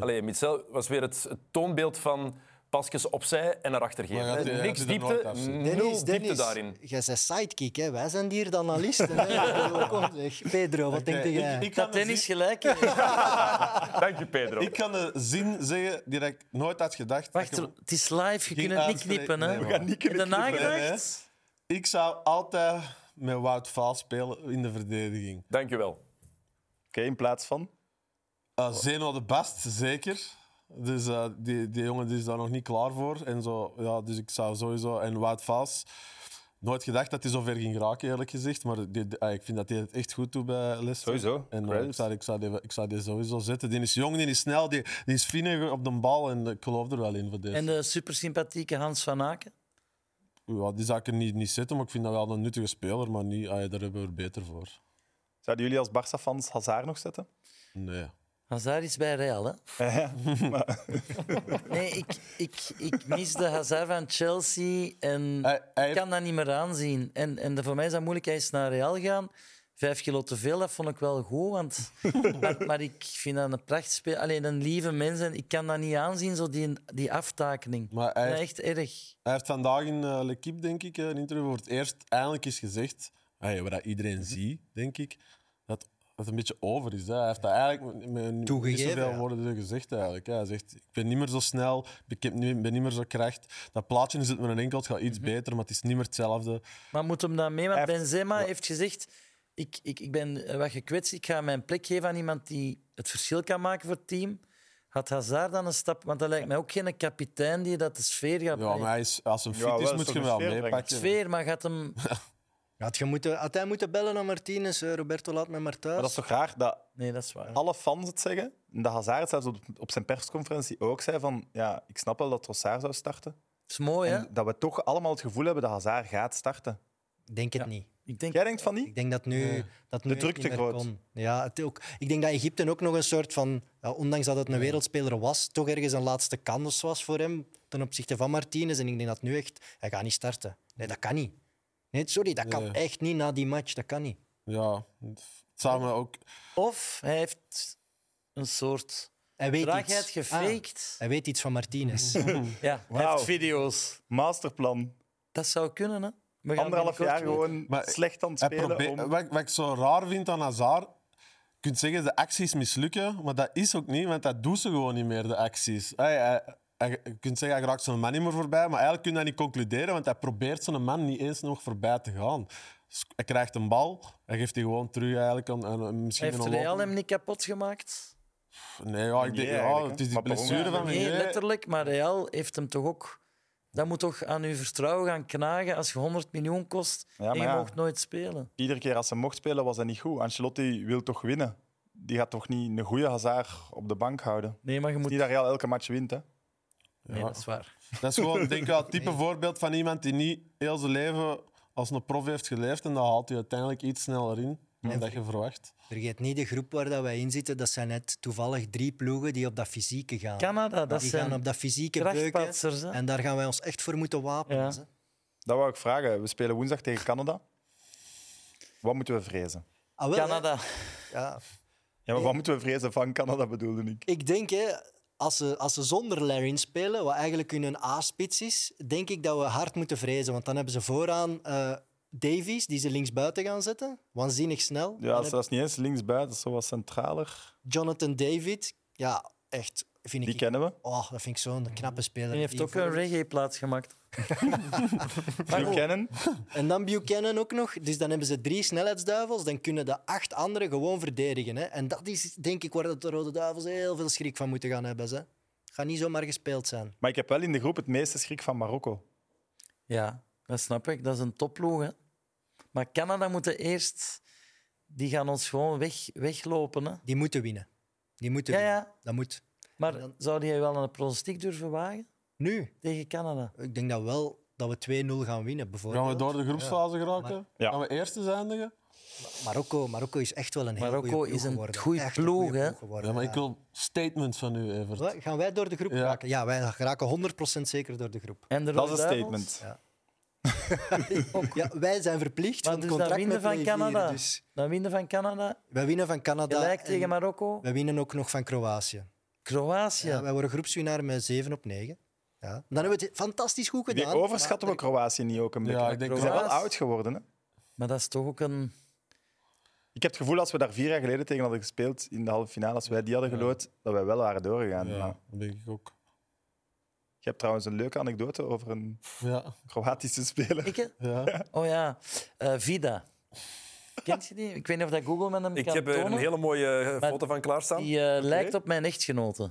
Speaker 7: Allee, Witzel was weer het, het toonbeeld van pasjes opzij en naar achter geven.
Speaker 6: Maar gaat hij-
Speaker 7: hè. Niks
Speaker 6: gaat hij er nooit
Speaker 7: diepte,
Speaker 6: af zijn?
Speaker 7: nul diepte daarin.
Speaker 2: jij bent sidekick, hè? wij zijn hier de analisten. hè. Kom, zeg. Pedro, wat denk jij?
Speaker 6: Ik, ik kan
Speaker 5: Dat
Speaker 6: de
Speaker 5: Dennis
Speaker 6: zin-
Speaker 5: gelijk heeft.
Speaker 7: Dank je, Pedro.
Speaker 6: ik kan de zin zeggen die ik nooit had gedacht.
Speaker 5: Wacht,
Speaker 6: ik,
Speaker 5: het is live, je kunt het niet
Speaker 6: aanspreken.
Speaker 5: knippen. Hè?
Speaker 6: Nee, we gaan
Speaker 3: niet
Speaker 5: Heb je
Speaker 3: kunnen
Speaker 5: dat nagedacht?
Speaker 6: hè? ik zou altijd met Wout Vaal spelen in de verdediging.
Speaker 7: Dank je wel.
Speaker 3: Oké, in plaats van?
Speaker 6: Eh, Zeno de Bast, zeker. Dus eh, die, die jongen die is daar nog niet klaar voor. En zo, ja, dus ik zou sowieso... En Wout Vaas, nooit gedacht dat hij zo ver ging raken, eerlijk gezegd. Maar die, die- ah, ik vind dat hij het echt goed doet bij Leicester.
Speaker 3: Sowieso,
Speaker 6: En eh, ik,
Speaker 3: credits.
Speaker 6: zou, ik, zou die, ik zou die sowieso zetten. Die is jong, die is snel, die, die is vinnig op de bal. En ik geloof er wel in voor deze.
Speaker 5: En de supersympathieke Hans van Aken.
Speaker 6: Ja, die zou ik er niet, niet zetten, maar ik vind dat wel een nuttige speler. Maar niet, ah, ja, daar hebben we er beter voor.
Speaker 3: Zouden jullie als Barca-fans Hazard nog zetten?
Speaker 6: Nee.
Speaker 5: Hazard is bij Real, hè? nee, ik, ik, ik mis de Hazard van Chelsea en
Speaker 6: Hij- hij
Speaker 5: ik
Speaker 6: heeft-
Speaker 5: kan dat niet meer aanzien. En, en de- voor mij is dat moeilijk. Hij is naar Real gaan. Vijf kilo te veel, dat vond ik wel goed. Want, maar, maar ik vind dat een prachtspeel. Alleen een lieve mens. En ik kan dat niet aanzien, zo die, die aftakening.
Speaker 6: Maar hij
Speaker 5: Ik vind
Speaker 6: heeft-
Speaker 5: dat echt erg.
Speaker 6: Hij heeft vandaag in eh, L'Equipe, denk ik, eh, een interview voor het eerst eindelijk eens gezegd, hey, wat dat
Speaker 2: Mhm.
Speaker 6: iedereen ziet, denk ik, dat het een beetje over is. Hè. Hij heeft dat eigenlijk met- met niet
Speaker 2: Toegegeven,
Speaker 6: zoveel
Speaker 2: ja.
Speaker 6: woorden gezegd. Eigenlijk, hè. Hij zegt, ik ben niet meer zo snel, ik heb niet- ben niet meer zo kracht. Dat plaatje is het met een enkel, het gaat iets
Speaker 2: Mhm.
Speaker 6: beter, maar het is niet meer hetzelfde.
Speaker 5: Maar moet hem dan mee? Want
Speaker 3: Hij heeft-
Speaker 5: Benzema heeft gezegd... Ik, ik, ik ben eh, wat gekwetst. Ik ga mijn plek geven aan iemand die het verschil kan maken voor het team. Had Hazard dan een stap... Want dat lijkt mij ook geen kapitein die dat de sfeer gaat
Speaker 6: Ja,
Speaker 5: brengen.
Speaker 6: maar hij is, als hij fit
Speaker 3: wel,
Speaker 6: is,
Speaker 3: dat
Speaker 6: moet
Speaker 3: is
Speaker 6: je hem
Speaker 3: toch een
Speaker 6: wel
Speaker 3: sfeer
Speaker 6: meepakken.
Speaker 5: Sfeer, maar gaat hem...
Speaker 2: Had, je moeten, had hij moeten bellen aan Martinez, eh, Roberto laat mij maar thuis.
Speaker 3: Maar dat is toch raar dat
Speaker 5: Nee, dat is waar.
Speaker 3: alle fans het zeggen. En dat Hazard zelfs op, op zijn persconferentie ook zei van... Ja, ik snap wel dat Trossard zou starten.
Speaker 5: Dat is mooi, hè?
Speaker 3: En dat we toch allemaal het gevoel hebben dat Hazard gaat starten.
Speaker 2: Ik denk het niet.
Speaker 5: Ik denk...
Speaker 3: Jij denkt van
Speaker 2: Ik
Speaker 3: niet?
Speaker 2: denk dat nu, dat nu
Speaker 3: De
Speaker 2: echt
Speaker 3: druk te
Speaker 2: niet meer
Speaker 3: groot.
Speaker 2: kon. Ja, het ook, ik denk dat Egypte ook nog een soort van, ja, ondanks dat het een wereldspeler was, toch ergens een laatste kans was voor hem ten opzichte van Martinez. En ik denk dat nu echt, hij gaat niet starten. Nee, dat kan niet. Nee, sorry, dat kan
Speaker 6: Nee.
Speaker 2: echt niet na die match. Dat kan niet.
Speaker 6: Ja, het zou me ook...
Speaker 5: Of hij heeft een soort
Speaker 2: Hij weet
Speaker 5: traagheid
Speaker 2: iets.
Speaker 5: gefaked.
Speaker 2: Ah, hij weet iets van Martinez.
Speaker 5: Ja, hij
Speaker 3: Wauw.
Speaker 5: heeft video's.
Speaker 3: Masterplan.
Speaker 5: Dat zou kunnen, hè? We gaan
Speaker 3: Anderhalf
Speaker 5: binnenkort
Speaker 3: jaar
Speaker 5: weten.
Speaker 3: gewoon
Speaker 6: Maar
Speaker 3: slecht aan het
Speaker 6: Hij
Speaker 3: spelen.
Speaker 6: probeert-
Speaker 3: om-
Speaker 6: wat, wat ik zo raar vind aan Hazard... kunt zeggen, de acties mislukken, maar dat is ook niet, want dat doet ze gewoon niet meer, de acties. Hij, hij- hij- je kunt zeggen, hij raakt zo'n man niet meer voorbij, maar eigenlijk kun je dat niet concluderen, want hij probeert zo'n man niet eens nog voorbij te gaan. Dus hij krijgt een bal, hij geeft die gewoon terug eigenlijk. Aan, aan- aan- misschien
Speaker 5: Heeft
Speaker 6: een lopende-
Speaker 5: Real hem niet kapot gemaakt?
Speaker 6: Nee, ja, ik denk, ja,
Speaker 3: eigenlijk,
Speaker 6: het is die
Speaker 3: hè. Maar per
Speaker 6: blessure
Speaker 3: ongeluk.
Speaker 6: van
Speaker 5: Nee,
Speaker 6: Meunier.
Speaker 5: letterlijk. Maar Real heeft hem toch ook... Dat moet toch aan uw vertrouwen gaan knagen als je 100 miljoen kost
Speaker 3: Ja,
Speaker 5: en je
Speaker 3: maar ja.
Speaker 5: mocht nooit spelen.
Speaker 3: Iedere keer als ze mocht spelen, was dat niet goed. Ancelotti wil toch winnen. Die gaat toch niet een goede Hazard op de bank houden. Het
Speaker 5: Nee, maar je
Speaker 3: is
Speaker 5: moet...
Speaker 3: niet dat Real elke match wint, hè.
Speaker 5: Nee, dat is waar.
Speaker 6: Dat is gewoon, denk ik wel, het type voorbeeld van iemand die niet heel zijn leven als een prof heeft geleefd. En dan haalt hij uiteindelijk iets sneller in dan dat je verwacht.
Speaker 2: Vergeet niet de groep waar dat wij in zitten. Dat zijn net toevallig drie ploegen die op dat fysieke gaan.
Speaker 5: Canada, dat
Speaker 2: die
Speaker 5: zijn
Speaker 2: gaan op dat fysieke beuken.
Speaker 5: krachtpatsers. hè.
Speaker 2: En daar gaan wij ons echt voor moeten wapenen.
Speaker 5: Ja.
Speaker 2: hè.
Speaker 3: Dat wou ik vragen. We spelen woensdag tegen Canada. Wat moeten we vrezen?
Speaker 2: Ah, wel, hè.
Speaker 5: Canada.
Speaker 2: Ja.
Speaker 3: Ja, maar wat moeten we vrezen van Canada, bedoelde ik.
Speaker 2: Ik denk, hè, als, ze, als ze zonder Larin spelen, wat eigenlijk hun A-spits is, denk ik dat we hard moeten vrezen. Want dan hebben ze vooraan eh, Davies, die ze linksbuiten gaan zetten. Waanzinnig snel.
Speaker 3: Ja,
Speaker 2: Dan
Speaker 3: dat is niet eens linksbuiten, dat is zo wat centraler.
Speaker 2: heb- Jonathan David, ja, echt, vind
Speaker 3: Die
Speaker 2: ik...
Speaker 3: kennen we.
Speaker 2: Oh, dat vind ik zo'n knappe speler.
Speaker 5: Die heeft
Speaker 2: Die
Speaker 5: ook een reggae-plaats gemaakt.
Speaker 3: Die kennen.
Speaker 2: En dan Buchanan ook nog. Dus dan hebben ze drie snelheidsduivels. Dan kunnen de acht anderen gewoon verdedigen. Hè. En dat is denk ik waar dat de Rode Duivels heel veel schrik van moeten gaan hebben. Ze. Het gaat niet zomaar gespeeld zijn.
Speaker 3: Maar ik heb wel in de groep het meeste schrik van Marokko.
Speaker 5: Ja, dat snap ik. Dat is een topploeg. hè. Maar Canada moeten eerst... Die gaan ons gewoon weg, weglopen. Hè.
Speaker 2: Die moeten winnen. Die moeten
Speaker 5: Ja,
Speaker 2: winnen.
Speaker 5: ja.
Speaker 2: Dat moet.
Speaker 5: Maar
Speaker 2: Dan-
Speaker 5: zou jij wel een pronostiek durven wagen
Speaker 2: Nu?
Speaker 5: tegen Canada?
Speaker 2: Ik denk dat wel dat we 2-0 gaan winnen, bijvoorbeeld.
Speaker 6: Gaan we door de groepsfase geraken?
Speaker 3: Ja.
Speaker 6: Gaan we eerste eindigen?
Speaker 2: Marokko, Marokko is echt wel een heel
Speaker 5: Marokko
Speaker 2: goede ploeg
Speaker 5: is een
Speaker 2: geworden.
Speaker 5: goeie
Speaker 2: Echt een
Speaker 5: ploeg,
Speaker 2: goeie
Speaker 5: hè?
Speaker 2: geworden,
Speaker 6: Ja, maar
Speaker 2: ja.
Speaker 6: ik wil statements van u, Evert.
Speaker 2: Wat? Gaan wij door de groep
Speaker 6: Ja.
Speaker 2: raken? Ja, wij raken 100% zeker door de groep.
Speaker 5: En de
Speaker 3: Dat
Speaker 5: Rode
Speaker 3: is een
Speaker 5: Duivels?
Speaker 3: statement.
Speaker 2: Ja, wij zijn verplicht
Speaker 5: Maar
Speaker 2: van het
Speaker 5: dus dat
Speaker 2: contract
Speaker 5: winnen
Speaker 2: met
Speaker 5: van
Speaker 2: Play vier,
Speaker 5: Canada.
Speaker 2: dus
Speaker 5: Dan winnen van Canada.
Speaker 2: wij winnen van Canada.
Speaker 5: Gelijk
Speaker 2: en-
Speaker 5: tegen Marokko.
Speaker 2: We winnen ook nog van Kroatië.
Speaker 5: Kroatië.
Speaker 2: Ja. wij worden groepswinnaar met 7 op 9. Ja. Dan hebben we het fantastisch goed
Speaker 3: Die
Speaker 2: gedaan.
Speaker 3: overschatten we Kroatië niet ook een beetje.
Speaker 6: Ja, ik denk
Speaker 3: Ze zijn wel
Speaker 5: Kroatië-
Speaker 3: oud geworden. Hè?
Speaker 5: Maar dat is toch ook een...
Speaker 3: Ik heb het gevoel als we daar vier jaar geleden tegen hadden gespeeld in de halve finale, als wij die hadden gelood, dat wij wel waren doorgegaan.
Speaker 6: Ja,
Speaker 3: Maar
Speaker 6: dat denk ik ook.
Speaker 3: je hebt trouwens een leuke anekdote over een
Speaker 6: Ja,
Speaker 3: Kroatische speler.
Speaker 5: Ik, hè?
Speaker 6: ja.
Speaker 5: Oh ja, Eh, Vida. Kent je die? Ik weet niet of dat Google met hem
Speaker 7: Ik
Speaker 5: kan
Speaker 7: heb er
Speaker 5: tonen.
Speaker 7: een hele mooie eh,
Speaker 5: Maar
Speaker 7: foto van klaarstaan.
Speaker 5: Die eh, lijkt op mijn echtgenote.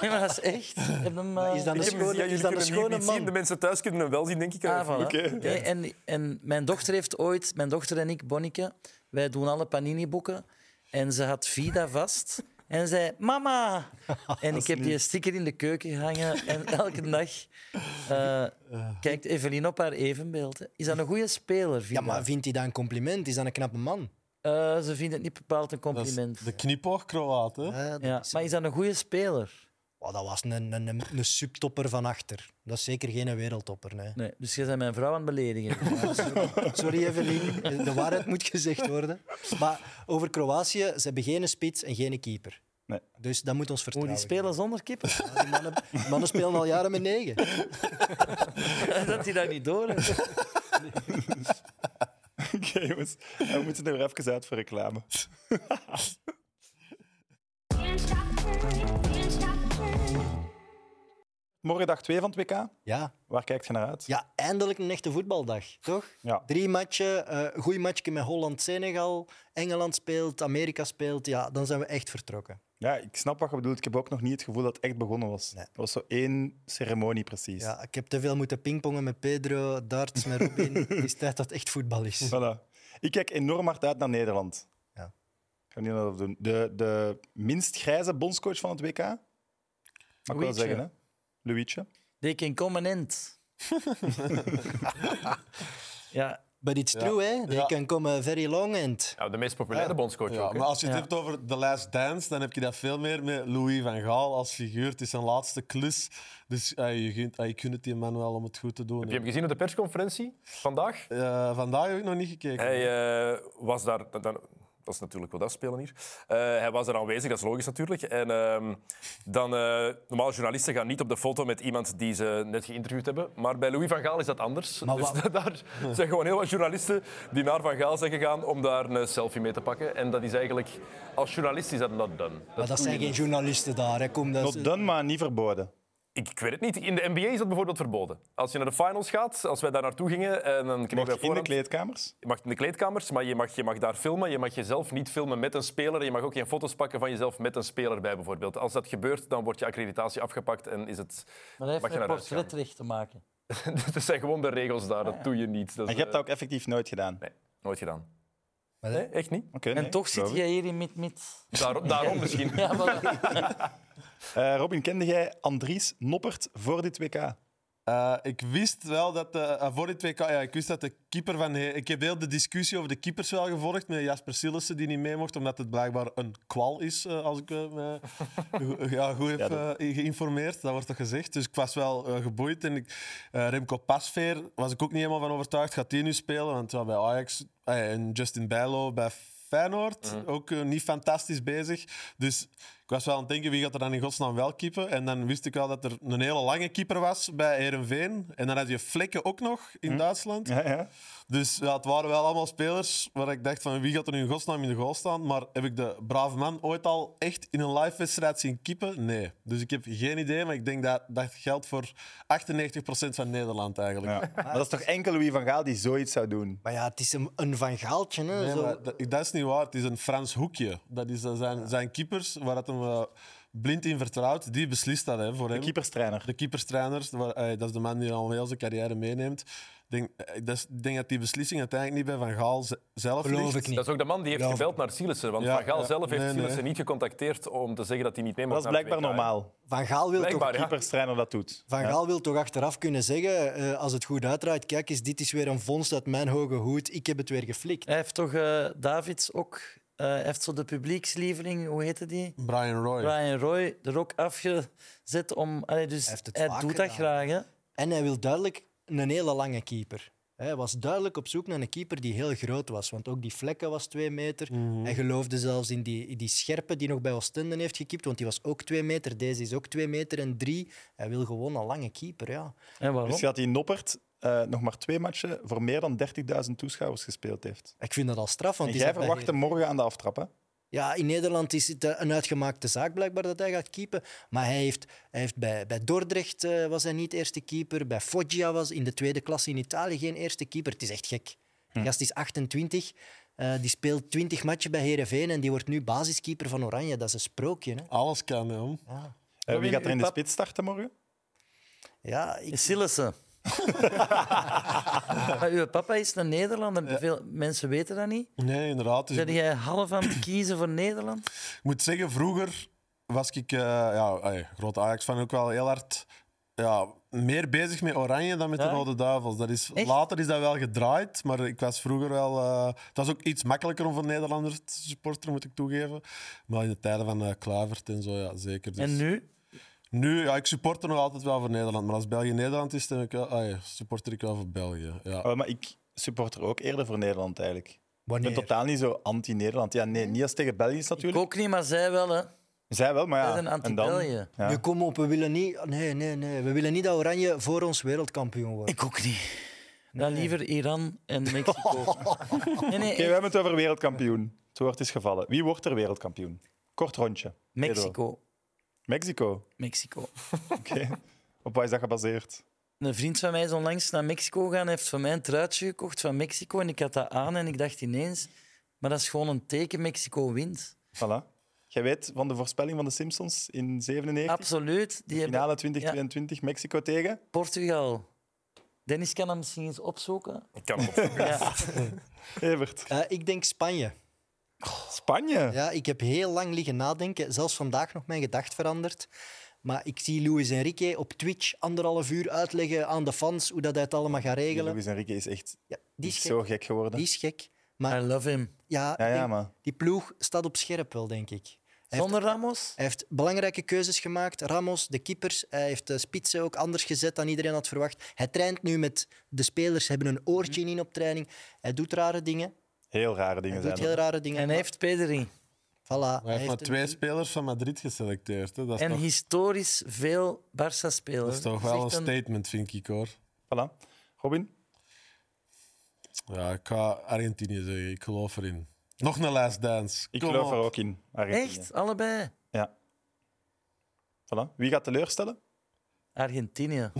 Speaker 5: nee, maar dat is echt. Ik heb hem, eh,
Speaker 2: Is dat
Speaker 7: Ik
Speaker 2: een
Speaker 7: heb hem-
Speaker 2: schone,
Speaker 7: ja,
Speaker 2: is
Speaker 7: jullie
Speaker 2: dat een
Speaker 7: kunnen hem
Speaker 2: schone
Speaker 7: niet zien. De
Speaker 2: man?
Speaker 7: mensen thuis kunnen hem wel zien, denk ik. eh.
Speaker 5: Ah, voilà.
Speaker 3: Oké.
Speaker 5: Nee, en, en mijn dochter heeft ooit, mijn dochter en ik, Bonneke, wij doen alle panini-boeken. En ze had Vida vast en zei: Mama! En ik heb die sticker in de keuken gehangen. En elke dag eh, kijkt Evelien op haar evenbeeld. hè. Is dat een goede speler? Vida?
Speaker 2: Ja, maar vindt hij dat een compliment? Is dat een knappe man?
Speaker 5: Eh, ze vindt het niet bepaald een
Speaker 6: Dat is
Speaker 5: compliment.
Speaker 6: de knipoog-Kroaat, hè?
Speaker 2: Eh, dat,
Speaker 5: Ja,
Speaker 2: is-
Speaker 5: maar is dat een goede speler?
Speaker 2: Oh, dat was een, een, een, een subtopper van achter. Dat is zeker geen wereldtopper. Nee.
Speaker 5: Nee, dus je bent mijn vrouw aan het beledigen.
Speaker 2: Sorry, Evelien. eh, De waarheid moet gezegd worden. Maar over Kroatië, ze hebben geen spits en geen keeper.
Speaker 3: Nee.
Speaker 2: Dus dat moet ons
Speaker 5: Hoe die
Speaker 2: vertrouwen.
Speaker 5: spelen zonder kippen?
Speaker 2: geven. Ja, die mannen, die mannen spelen al jaren met negen.
Speaker 5: dat hij dat niet door heeft.
Speaker 3: Oké, jongens. We moeten er weer even uit voor reclame. Morgen dag 2 van het WK.
Speaker 2: Ja.
Speaker 3: Waar kijkt je naar uit?
Speaker 2: ja, eindelijk een echte voetbaldag, toch?
Speaker 3: Ja.
Speaker 2: Drie matchen, eh goeie matchje met Holland-Senegal, Engeland speelt, Amerika speelt. Ja, dan zijn we echt vertrokken.
Speaker 3: Ja, ik snap wat je bedoelt. Ik heb ook nog niet het gevoel dat het echt begonnen was.
Speaker 2: Nee.
Speaker 3: Het was zo één ceremonie precies.
Speaker 2: Ja, ik heb te veel moeten pingpongen met Pedro, darts met Robin. Het is tijd dat het echt voetbal is.
Speaker 3: Voilà. Ik kijk enorm hard uit naar Nederland.
Speaker 2: Ja.
Speaker 3: Ik ga niet naar dat doen. De, de minst grijze bondscoach van het WK? Mag ik wel
Speaker 5: Luigi.
Speaker 3: zeggen, hè? Luigi.
Speaker 5: They can come and end. ja,
Speaker 2: But it's true, hè? They
Speaker 6: Ja.
Speaker 2: can come a very long end.
Speaker 7: Ja, de meest populaire bondscoach
Speaker 6: Ja,
Speaker 7: ook. hè.
Speaker 6: maar als je het
Speaker 5: Ja.
Speaker 6: hebt over The Last Dance, dan heb je dat veel meer met Louis van Gaal als figuur. Het is zijn laatste klus. Dus ah, je, gunt, ah, je kunt het die man wel om het goed te doen.
Speaker 7: Heb je hem gezien op de persconferentie vandaag?
Speaker 6: Eh, vandaag heb ik nog niet gekeken.
Speaker 7: Hij eh, was daar... Dat, dat- dat Dat is natuurlijk wat afspelen hier. Eh, hij was er aanwezig, dat is logisch natuurlijk. En ehm, dan, eh normaal journalisten gaan niet op de foto met iemand die ze net geïnterviewd hebben. Maar bij Louis van Gaal is dat anders. dus daar zijn gewoon heel wat journalisten die naar Van Gaal zijn gegaan om daar een selfie mee te pakken. En dat is eigenlijk, als journalist is dat not done.
Speaker 2: Maar dat zijn geen journalisten daar. Hè. Kom, dat
Speaker 3: Not done, maar niet verboden.
Speaker 7: Ik, ik weet het niet. In de NBA is dat bijvoorbeeld verboden. Als je naar de finals gaat, als wij daar naartoe gingen, en dan kregen wij
Speaker 3: Mocht je in de
Speaker 7: voorhand...
Speaker 3: kleedkamers?
Speaker 7: Je mag in de kleedkamers, maar je mag, je mag daar filmen. Je mag jezelf niet filmen met een speler. Je mag ook geen foto's pakken van jezelf met een speler bij, bijvoorbeeld. Als dat gebeurt, dan wordt je accreditatie afgepakt en is het...
Speaker 5: Maar hij
Speaker 7: Mag
Speaker 5: heeft met
Speaker 7: je naar huis gaan?
Speaker 5: portretrecht te maken.
Speaker 7: dat zijn gewoon de regels
Speaker 5: Ah,
Speaker 7: daar. Dat doe je niet. Dat is,
Speaker 3: En je hebt dat ook effectief nooit gedaan.
Speaker 7: eh, Nee, nooit gedaan.
Speaker 2: Maar-
Speaker 7: nee, echt niet.
Speaker 3: Oké,
Speaker 5: En
Speaker 3: nee,
Speaker 5: toch zit
Speaker 3: geloof ik.
Speaker 5: jij hier in mid-mid.
Speaker 7: Daar- daarom misschien.
Speaker 5: Ja, maar
Speaker 3: Eh, Robin, kende jij Andries Noppert voor dit WK?
Speaker 6: Eh, ik wist wel dat de, eh, voor dit WK, ja, ik wist dat de keeper van. He- Ik heb heel de discussie over de keepers wel gevolgd met Jasper Sillissen die niet mee mocht, omdat het blijkbaar een kwal is, eh, als ik eh, me go- ja, goed heb
Speaker 3: Ja, dat-
Speaker 6: eh, geïnformeerd. Dat wordt toch gezegd. Dus ik was wel eh, geboeid. En ik, eh, Remco Pasveer was ik ook niet helemaal van overtuigd. Gaat die nu spelen? Want ja, bij Ajax eh, en Justin Bijlo bij Feyenoord
Speaker 3: Mhm.
Speaker 6: ook eh, niet fantastisch bezig. Dus ik was wel aan het denken, wie gaat er dan in godsnaam wel keeper? En dan wist ik wel dat er een hele lange keeper was bij Herenveen. En dan had je Flekken ook nog in Duitsland.
Speaker 3: Hm. Ja, ja.
Speaker 6: Dus ja, het waren wel allemaal spelers waar ik dacht van wie gaat er nu in godsnaam in de goal staan. Maar heb ik de brave man ooit al echt in een live wedstrijd zien kippen? Nee. Dus ik heb geen idee, maar ik denk dat dat geldt voor 98% van Nederland eigenlijk.
Speaker 3: Ja. Maar dat is toch enkel Louis van Gaal die zoiets zou doen?
Speaker 2: Maar ja, het is een, een van Gaaltje. Hè,
Speaker 6: Nee,
Speaker 2: zo.
Speaker 6: maar dat, dat is niet waar. Het is een Frans hoekje. Dat is eh, zijn, zijn keepers, waar het hem eh, blind in vertrouwt. Die beslist dat hè, voor
Speaker 3: De
Speaker 6: hem.
Speaker 3: keeperstrainer.
Speaker 6: De keeperstrainers, waar- eh, dat is de man die al heel zijn carrière meeneemt. Ik denk, eh, dat is- ik denk dat die beslissing uiteindelijk niet bij Van Gaal z- zelf
Speaker 2: geloof
Speaker 6: ligt.
Speaker 2: ik niet.
Speaker 7: Dat is ook de man die heeft
Speaker 2: Ja.
Speaker 7: gebeld naar Silissen. Want
Speaker 6: Ja,
Speaker 7: Van Gaal
Speaker 6: ja.
Speaker 7: zelf heeft
Speaker 6: Nee, nee.
Speaker 7: Silissen niet gecontacteerd om te zeggen dat hij niet mee mag
Speaker 3: Dat is
Speaker 7: naar het
Speaker 3: blijkbaar
Speaker 7: WK, hè.
Speaker 3: normaal.
Speaker 2: Van Gaal wil toch
Speaker 7: Blijkbaar, ja.
Speaker 3: Keeperstrainer dat doet.
Speaker 2: Van
Speaker 3: Ja.
Speaker 2: Gaal wil toch achteraf kunnen zeggen, eh, als het goed uitdraait, kijk eens, dit is weer een vondst uit mijn hoge hoed, ik heb het weer geflikt.
Speaker 5: hij heeft toch eh, Davids ook... eh, hij heeft zo de publiekslieveling, hoe heette die?
Speaker 6: Brian Roy.
Speaker 5: Brian Roy er ook afgezet om... Allee, dus
Speaker 2: Hij heeft het
Speaker 5: hij
Speaker 2: vaak
Speaker 5: doet dat
Speaker 2: gedaan.
Speaker 5: graag, hè?
Speaker 2: En hij wil duidelijk een hele lange keeper. Hij was duidelijk op zoek naar een keeper die heel groot was, want ook die vlekken was twee meter.
Speaker 3: Mhm.
Speaker 2: Hij geloofde zelfs in die, in die scherpe die nog bij Oostenden heeft gekiept, want die was ook twee meter, deze is ook twee meter en drie. Hij wil gewoon een lange keeper, ja.
Speaker 5: En waarom?
Speaker 3: Dus je had die Noppert eh, nog maar twee matchen voor meer dan 30.000 toeschouwers gespeeld heeft.
Speaker 2: Ik vind dat al straf, want
Speaker 3: En
Speaker 2: die
Speaker 3: jij
Speaker 2: zat bij
Speaker 3: verwacht hem morgen aan de aftrap, hè?
Speaker 2: Ja, in Nederland is het eh, een uitgemaakte zaak blijkbaar dat hij gaat keepen. Maar hij heeft, hij heeft bij, bij Dordrecht eh, was hij niet eerste keeper. Bij Foggia was in de tweede klasse in Italië geen eerste keeper. Het is echt gek. Die gast is 28. eh, die speelt 20 matchen bij Herenveen en die wordt nu basiskeeper van Oranje. Dat is een sprookje. Hè?
Speaker 6: Alles kan, hè.
Speaker 3: Eh, wie
Speaker 5: Robin,
Speaker 3: gaat er in de
Speaker 5: uw pap-
Speaker 3: spits starten morgen?
Speaker 2: Ja, ik,
Speaker 5: Sillessen. maar uw papa is een Nederlander. Veel mensen weten dat niet.
Speaker 6: Nee, inderdaad. Dus ik,
Speaker 5: Ben jij half aan het kiezen voor Nederland?
Speaker 6: ik moet zeggen, vroeger was ik, eh ja, ey, groot Ajax van ook wel heel hard ja, meer bezig met Oranje dan met de
Speaker 5: Ja?
Speaker 6: Rode Duivels. Dat is,
Speaker 5: Echt?
Speaker 6: later is dat wel gedraaid, maar ik was vroeger wel. eh, het was ook iets makkelijker om voor Nederlanders te supporteren, moet ik toegeven. Maar in de tijden van eh Kluivert en zo, ja, zeker. Dus-
Speaker 5: En nu?
Speaker 6: Nu, ja, ik supporter nog altijd wel voor Nederland, maar als België-Nederland is, dan ik, wel- ey, supporter ik wel voor België. Ja.
Speaker 3: Oh, maar ik supporter ook eerder voor Nederland eigenlijk. Ik ben
Speaker 2: wanneer?
Speaker 3: totaal niet zo anti-Nederland. Ja, nee, niet als tegen België is
Speaker 5: Ik
Speaker 3: natuurlijk.
Speaker 5: ook niet, maar zij wel. Hè.
Speaker 3: Zij wel, maar ja.
Speaker 5: Zij zijn
Speaker 3: en dan-
Speaker 5: anti-België.
Speaker 3: Ja.
Speaker 2: Nu, kom op, we willen niet... Nee, nee, nee. We willen niet dat Oranje voor ons wereldkampioen wordt.
Speaker 5: Ik ook niet. Dan liever Iran en Mexico. nee, nee,
Speaker 3: Oké,
Speaker 5: echt.
Speaker 3: we hebben het over wereldkampioen. Het woord is gevallen. Wie wordt er wereldkampioen? Kort rondje. Edo.
Speaker 5: Mexico.
Speaker 3: Mexico.
Speaker 5: Mexico.
Speaker 3: Oké. Op wat is dat gebaseerd?
Speaker 5: Een vriend van mij is onlangs naar Mexico gegaan. Hij heeft van mij een truitje gekocht van Mexico. En ik had dat aan en ik dacht ineens... Maar dat is gewoon een teken, Mexico wint.
Speaker 3: Voilà. Jij weet van de voorspelling van de Simpsons in 97.
Speaker 5: Absoluut. Die hebben
Speaker 3: Finale 2022, Mexico tegen.
Speaker 5: Portugal. Dennis kan hem misschien eens opzoeken.
Speaker 7: Ik kan hem opzoeken.
Speaker 5: Ja.
Speaker 3: Evert.
Speaker 2: Eh, ik denk Spanje.
Speaker 3: Spanje.
Speaker 2: Ja, ik heb heel lang liggen nadenken. Zelfs vandaag nog mijn gedacht veranderd. Maar ik zie Luis Enrique op Twitch anderhalf uur uitleggen aan de fans hoe dat hij het allemaal gaat
Speaker 3: Die
Speaker 2: regelen.
Speaker 3: Luis Enrique is echt
Speaker 2: Ja,
Speaker 3: die
Speaker 2: die is
Speaker 3: is
Speaker 2: gek.
Speaker 3: zo gek geworden.
Speaker 2: Die is gek.
Speaker 5: I
Speaker 2: Maar
Speaker 5: love him.
Speaker 2: ja,
Speaker 3: Ja,
Speaker 2: ik
Speaker 3: ja,
Speaker 2: denk,
Speaker 3: maar
Speaker 2: die ploeg staat op scherp wel, denk ik. Hij heeft,
Speaker 5: Zonder Ramos?
Speaker 2: hij heeft belangrijke keuzes gemaakt. Ramos, de keepers. Hij heeft de spitsen ook anders gezet dan iedereen had verwacht. Hij traint nu met de spelers. Ze hebben een oortje in op training. Hij doet rare dingen.
Speaker 3: Heel rare dingen
Speaker 2: Hij doet
Speaker 3: zijn.
Speaker 2: heel
Speaker 3: dat.
Speaker 2: rare dingen.
Speaker 5: En hij heeft Pedri.
Speaker 2: voilà,
Speaker 6: Hij heeft maar
Speaker 2: een-
Speaker 6: twee spelers van Madrid geselecteerd. Hè. Dat, is
Speaker 5: En
Speaker 6: toch,
Speaker 5: historisch veel Barça-spelers.
Speaker 6: dat is toch
Speaker 5: echt
Speaker 6: wel een
Speaker 5: een-
Speaker 6: statement, vind ik hoor.
Speaker 3: Voilà. Robin?
Speaker 6: Ja, ik ga Argentinië zeggen. Ik geloof erin. Nog een last dance.
Speaker 3: Ik
Speaker 6: Kom
Speaker 3: geloof
Speaker 6: op.
Speaker 3: er ook in. Argentinië.
Speaker 5: Echt? Allebei?
Speaker 3: Ja. Voilà. Wie gaat teleurstellen?
Speaker 5: Argentinië.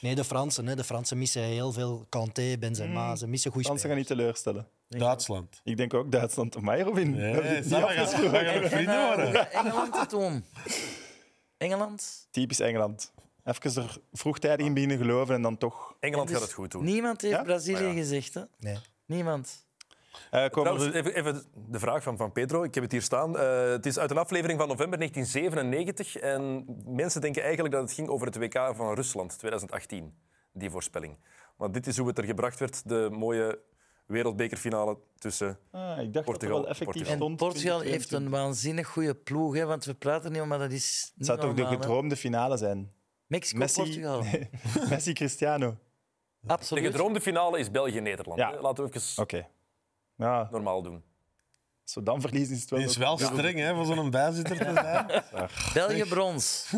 Speaker 2: Nee, de Fransen. Hè. De Fransen missen heel veel Kanté, Benzema. Ze missen goede
Speaker 3: Fransen
Speaker 2: spelers.
Speaker 3: gaan niet teleurstellen.
Speaker 6: Duitsland.
Speaker 3: Ik denk ook Duitsland. Mij, Robin.
Speaker 6: Nee, nee, Sam, we gaan- we gaan nog vrienden
Speaker 5: eh,
Speaker 6: worden.
Speaker 5: hoe gaat Engeland het doen? Engeland?
Speaker 3: Typisch Engeland. Even er vroegtijdig in beginnen geloven en dan toch.
Speaker 7: Engeland
Speaker 5: Dus
Speaker 7: gaat het goed doen.
Speaker 5: Niemand heeft
Speaker 3: Ja?
Speaker 5: Brazilië
Speaker 7: Maar ja.
Speaker 5: gezegd, hè?
Speaker 2: Nee.
Speaker 5: Niemand.
Speaker 3: Eh, komen
Speaker 7: Trouwens,
Speaker 3: we-
Speaker 7: even, even de vraag van, van Pedro. Ik heb het hier staan. Eh, het is uit een aflevering van november 1997. En mensen denken eigenlijk dat het ging over het WK van Rusland 2018. Die voorspelling. Want dit is hoe het er gebracht werd. De mooie wereldbekerfinale tussen...
Speaker 3: Ah, ik dacht
Speaker 7: Portugal,
Speaker 3: dat er wel effectief
Speaker 7: Portugal.
Speaker 5: En
Speaker 3: stond.
Speaker 5: Portugal
Speaker 3: 2022.
Speaker 5: heeft een waanzinnig goede ploeg, hè, want we praten niet om, maar dat is.
Speaker 3: Het
Speaker 5: Niet
Speaker 3: zou toch de
Speaker 5: normaal, hè.
Speaker 3: gedroomde finale zijn?
Speaker 5: Mexico-Portugal.
Speaker 3: Messi- Messi Cristiano.
Speaker 7: De
Speaker 5: Absoluut.
Speaker 7: gedroomde finale is België-Nederland.
Speaker 3: Ja.
Speaker 7: hè. Laten we even
Speaker 3: Oké. Ja,
Speaker 7: normaal doen.
Speaker 3: als we dan verliezen is het wel...
Speaker 6: Die is wel streng hè, voor zo'n bijzitter te zijn.
Speaker 5: België brons.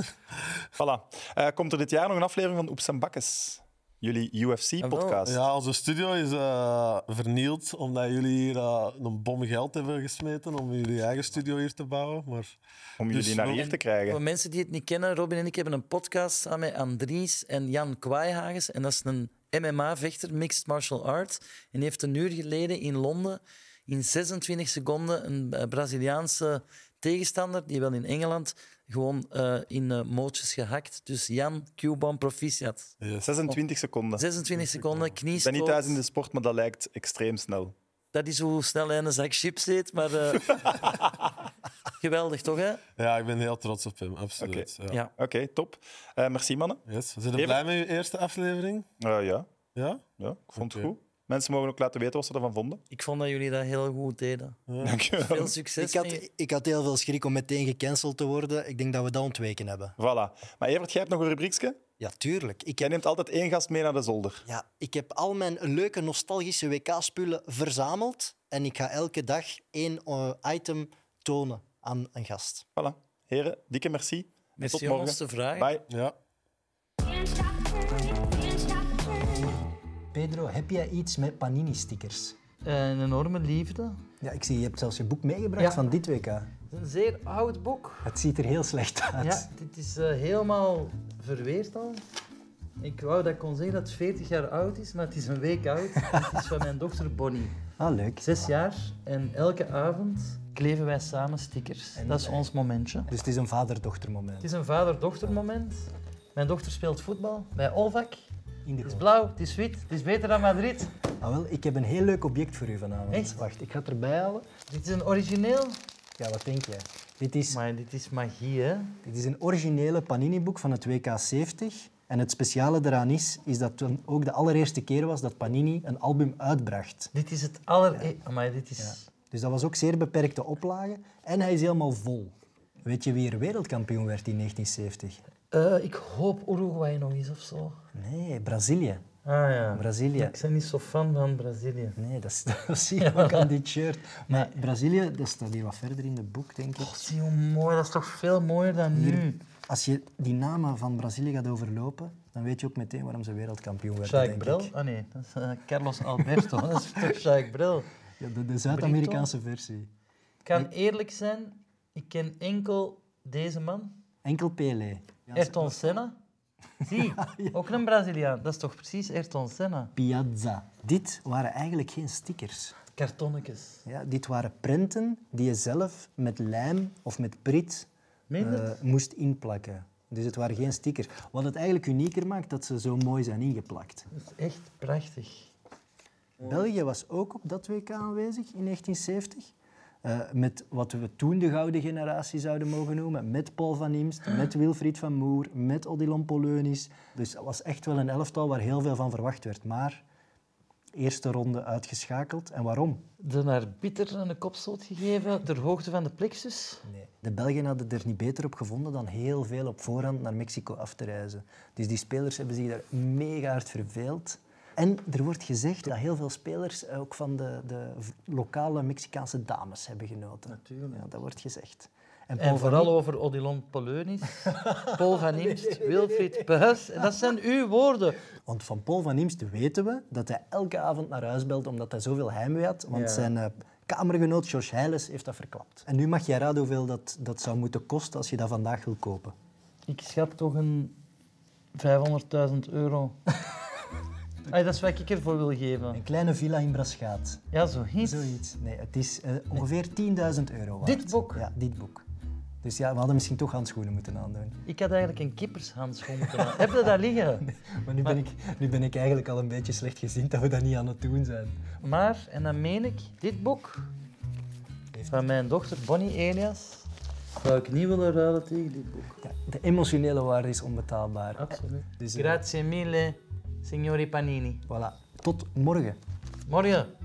Speaker 3: Voilà. Eh, komt er dit jaar nog een aflevering van Oeps en Bakkes? Jullie UFC-podcast.
Speaker 6: Ja, onze studio is eh, vernield omdat jullie hier eh, een bom geld hebben gesmeten om jullie eigen studio hier te bouwen. Maar
Speaker 3: Om jullie
Speaker 6: Dus
Speaker 3: naar
Speaker 6: we-
Speaker 3: hier te
Speaker 5: Voor
Speaker 3: krijgen.
Speaker 5: mensen die het niet kennen, Robin en ik hebben een podcast samen met Andries en Jan Kwaaihagens. En dat is een MMA-vechter, mixed martial art. En die heeft een uur geleden in Londen in 26 seconden een eh, Braziliaanse tegenstander, die wel in Engeland, gewoon eh, in eh, mootjes gehakt. Dus Jan, Q-bomb, proficiat.
Speaker 3: 26 seconden.
Speaker 5: 26 seconden,
Speaker 3: Ik ben niet
Speaker 5: kniestoot.
Speaker 3: thuis in de sport, maar dat lijkt extreem snel.
Speaker 5: Dat is hoe snel hij in een zak chips eet, maar... eh, geweldig, toch, hè?
Speaker 6: ja, ik ben heel trots op hem, absoluut. Ja.
Speaker 5: Ja.
Speaker 3: Oké, top. Eh, merci, mannen.
Speaker 6: Yes. Zijn jullie blij met je eerste aflevering?
Speaker 3: Eh, ja.
Speaker 6: Ja?
Speaker 3: ja, ik vond
Speaker 6: Oké.
Speaker 3: het goed. Mensen mogen ook laten weten wat ze ervan vonden.
Speaker 5: Ik vond dat jullie dat heel goed deden.
Speaker 3: Dank je wel.
Speaker 5: Veel succes.
Speaker 2: Ik had,
Speaker 5: mee.
Speaker 2: ik had heel veel schrik om meteen gecanceld te worden. Ik denk dat we dat ontweken hebben.
Speaker 3: Voilà. Maar Evert, jij hebt nog een rubriekje.
Speaker 2: Ja, tuurlijk. Ik
Speaker 3: Jij
Speaker 2: heb,
Speaker 3: neemt altijd één gast mee naar de zolder.
Speaker 2: ja, ik heb al mijn leuke nostalgische WK-spullen verzameld. En ik ga elke dag één eh, item tonen aan een gast.
Speaker 3: Voilà. Heren, dikke merci. En
Speaker 5: Merci
Speaker 3: Tot
Speaker 5: om
Speaker 3: morgen.
Speaker 5: ons te vragen.
Speaker 3: Bye.
Speaker 6: Ja.
Speaker 10: Pedro, heb jij iets met Panini-stickers?
Speaker 5: Een enorme liefde.
Speaker 10: Ja, ik zie, je hebt zelfs je boek meegebracht
Speaker 5: Ja.
Speaker 10: van dit WK.
Speaker 5: Het is een zeer oud boek.
Speaker 10: Het ziet er heel slecht uit.
Speaker 5: Ja, dit is eh, helemaal verweerd al. Ik wou dat ik kon zeggen dat het 40 jaar oud is, maar het is een week oud. het is van mijn dochter Bonnie.
Speaker 10: Ah, leuk.
Speaker 5: Zes jaar en elke avond kleven wij samen stickers. dat is ons momentje.
Speaker 10: Dus het is een vader-dochter moment.
Speaker 5: Het is een vader-dochter moment. Mijn dochter speelt voetbal bij Olvac.
Speaker 10: In de
Speaker 5: Het is
Speaker 10: goal.
Speaker 5: blauw, het is wit, het is beter dan Madrid.
Speaker 10: Ah, wel, ik heb een heel leuk object voor u vanavond.
Speaker 5: Echt?
Speaker 10: Wacht, ik ga het erbij halen.
Speaker 5: Dit is een origineel.
Speaker 10: Ja, wat denk jij? Dit is,
Speaker 5: Maar dit is magie, hè?
Speaker 10: dit is een originele Panini-boek van het WK 70. En het speciale eraan is, is dat het ook de allereerste keer was dat Panini een album uitbracht.
Speaker 5: Dit is het aller... Maar dit is...
Speaker 10: Dus dat was ook zeer beperkte oplage. En hij is helemaal vol. Weet je wie er wereldkampioen werd in 1970?
Speaker 5: Eh, ik hoop Uruguay nog eens of zo.
Speaker 10: Nee, Brazilië.
Speaker 5: Ah ja.
Speaker 10: Brazilië.
Speaker 5: Ik ben niet zo fan van Brazilië.
Speaker 10: Nee, dat, is- dat zie je ook aan dit shirt. Maar Brazilië, dat staat hier wat verder in de boek, denk ik.
Speaker 5: Zie hoe mooi, dat is toch veel mooier dan nu.
Speaker 10: Als je die namen van Brazilië gaat overlopen, dan weet je ook meteen waarom ze wereldkampioen werden,
Speaker 5: Jacques
Speaker 10: denk
Speaker 5: Brel?
Speaker 10: ik.
Speaker 5: Ah nee, dat is eh, Carlos Alberto. dat is toch Jacques Brel?
Speaker 10: Ja, de de Zuid-Amerikaanse versie.
Speaker 5: Ik kan eerlijk zijn, ik ken enkel deze man.
Speaker 10: Enkel Pelé. Ja,
Speaker 5: Ayrton Senna. Zie, ook een Braziliaan. Dat is toch precies Ayrton Senna?
Speaker 10: Piazza. Dit waren eigenlijk geen stickers.
Speaker 5: Kartonnetjes.
Speaker 10: Ja, dit waren prenten die je zelf met lijm of met prit
Speaker 5: Meen je
Speaker 10: eh,
Speaker 5: dat?
Speaker 10: moest inplakken. Dus het waren geen stickers. Wat het eigenlijk unieker maakt, dat ze zo mooi zijn ingeplakt.
Speaker 5: Dat is echt prachtig.
Speaker 10: België was ook op dat WK aanwezig in 1970. eh, met wat we toen de gouden generatie zouden mogen noemen. Met Paul van Imst, met Wilfried van Moer, met Odilon Poleunis. Dus dat was echt wel een elftal waar heel veel van verwacht werd. Maar eerste ronde uitgeschakeld. En waarom?
Speaker 5: De arbiter een kopstoot gegeven ter hoogte van de plexus.
Speaker 10: Nee. De Belgen hadden er niet beter op gevonden dan heel veel op voorhand naar Mexico af te reizen. Dus die spelers hebben zich daar mega hard verveeld.
Speaker 2: En er wordt gezegd dat heel veel spelers ook van de, de v- lokale Mexicaanse dames hebben genoten. Natuurlijk. Ja, dat wordt gezegd.
Speaker 5: En
Speaker 2: Paul van
Speaker 5: vooral over Odilon Poleunis, Paul van Imst, Wilfried Puis. En dat zijn uw woorden.
Speaker 2: Want van Paul van Imst weten we dat hij elke avond naar huis belt omdat hij zoveel heimwee had. Want
Speaker 5: Ja.
Speaker 2: zijn eh, kamergenoot George Heiles heeft dat verklapt. En nu mag jij raden hoeveel dat, dat zou moeten kosten als je dat vandaag wil kopen.
Speaker 5: Ik schat toch een 500.000 euro. Ai, dat is wat ik ervoor wil geven.
Speaker 2: Een kleine villa in Braschaat.
Speaker 5: Ja, zoiets.
Speaker 2: Zoiets. Nee, het is eh, ongeveer 10.000 euro waard.
Speaker 5: Dit boek?
Speaker 2: Ja, dit boek. Dus ja, we hadden misschien toch handschoenen moeten aandoen.
Speaker 5: Ik had eigenlijk een kippershandschoen moeten aan. Heb je dat liggen?
Speaker 2: Maar nu ben, ik, nu ben ik eigenlijk al een beetje slecht gezien dat we dat niet aan het doen zijn.
Speaker 5: Maar, en dan meen ik, dit boek van mijn dochter Bonnie Elias zou ik niet willen ruilen tegen dit boek.
Speaker 2: Ja, de emotionele waarde is onbetaalbaar.
Speaker 5: Absoluut.
Speaker 2: Dus, eh,
Speaker 10: eh,
Speaker 5: Grazie mille, signori Panini.
Speaker 2: Voilà. Tot morgen.
Speaker 5: Morgen.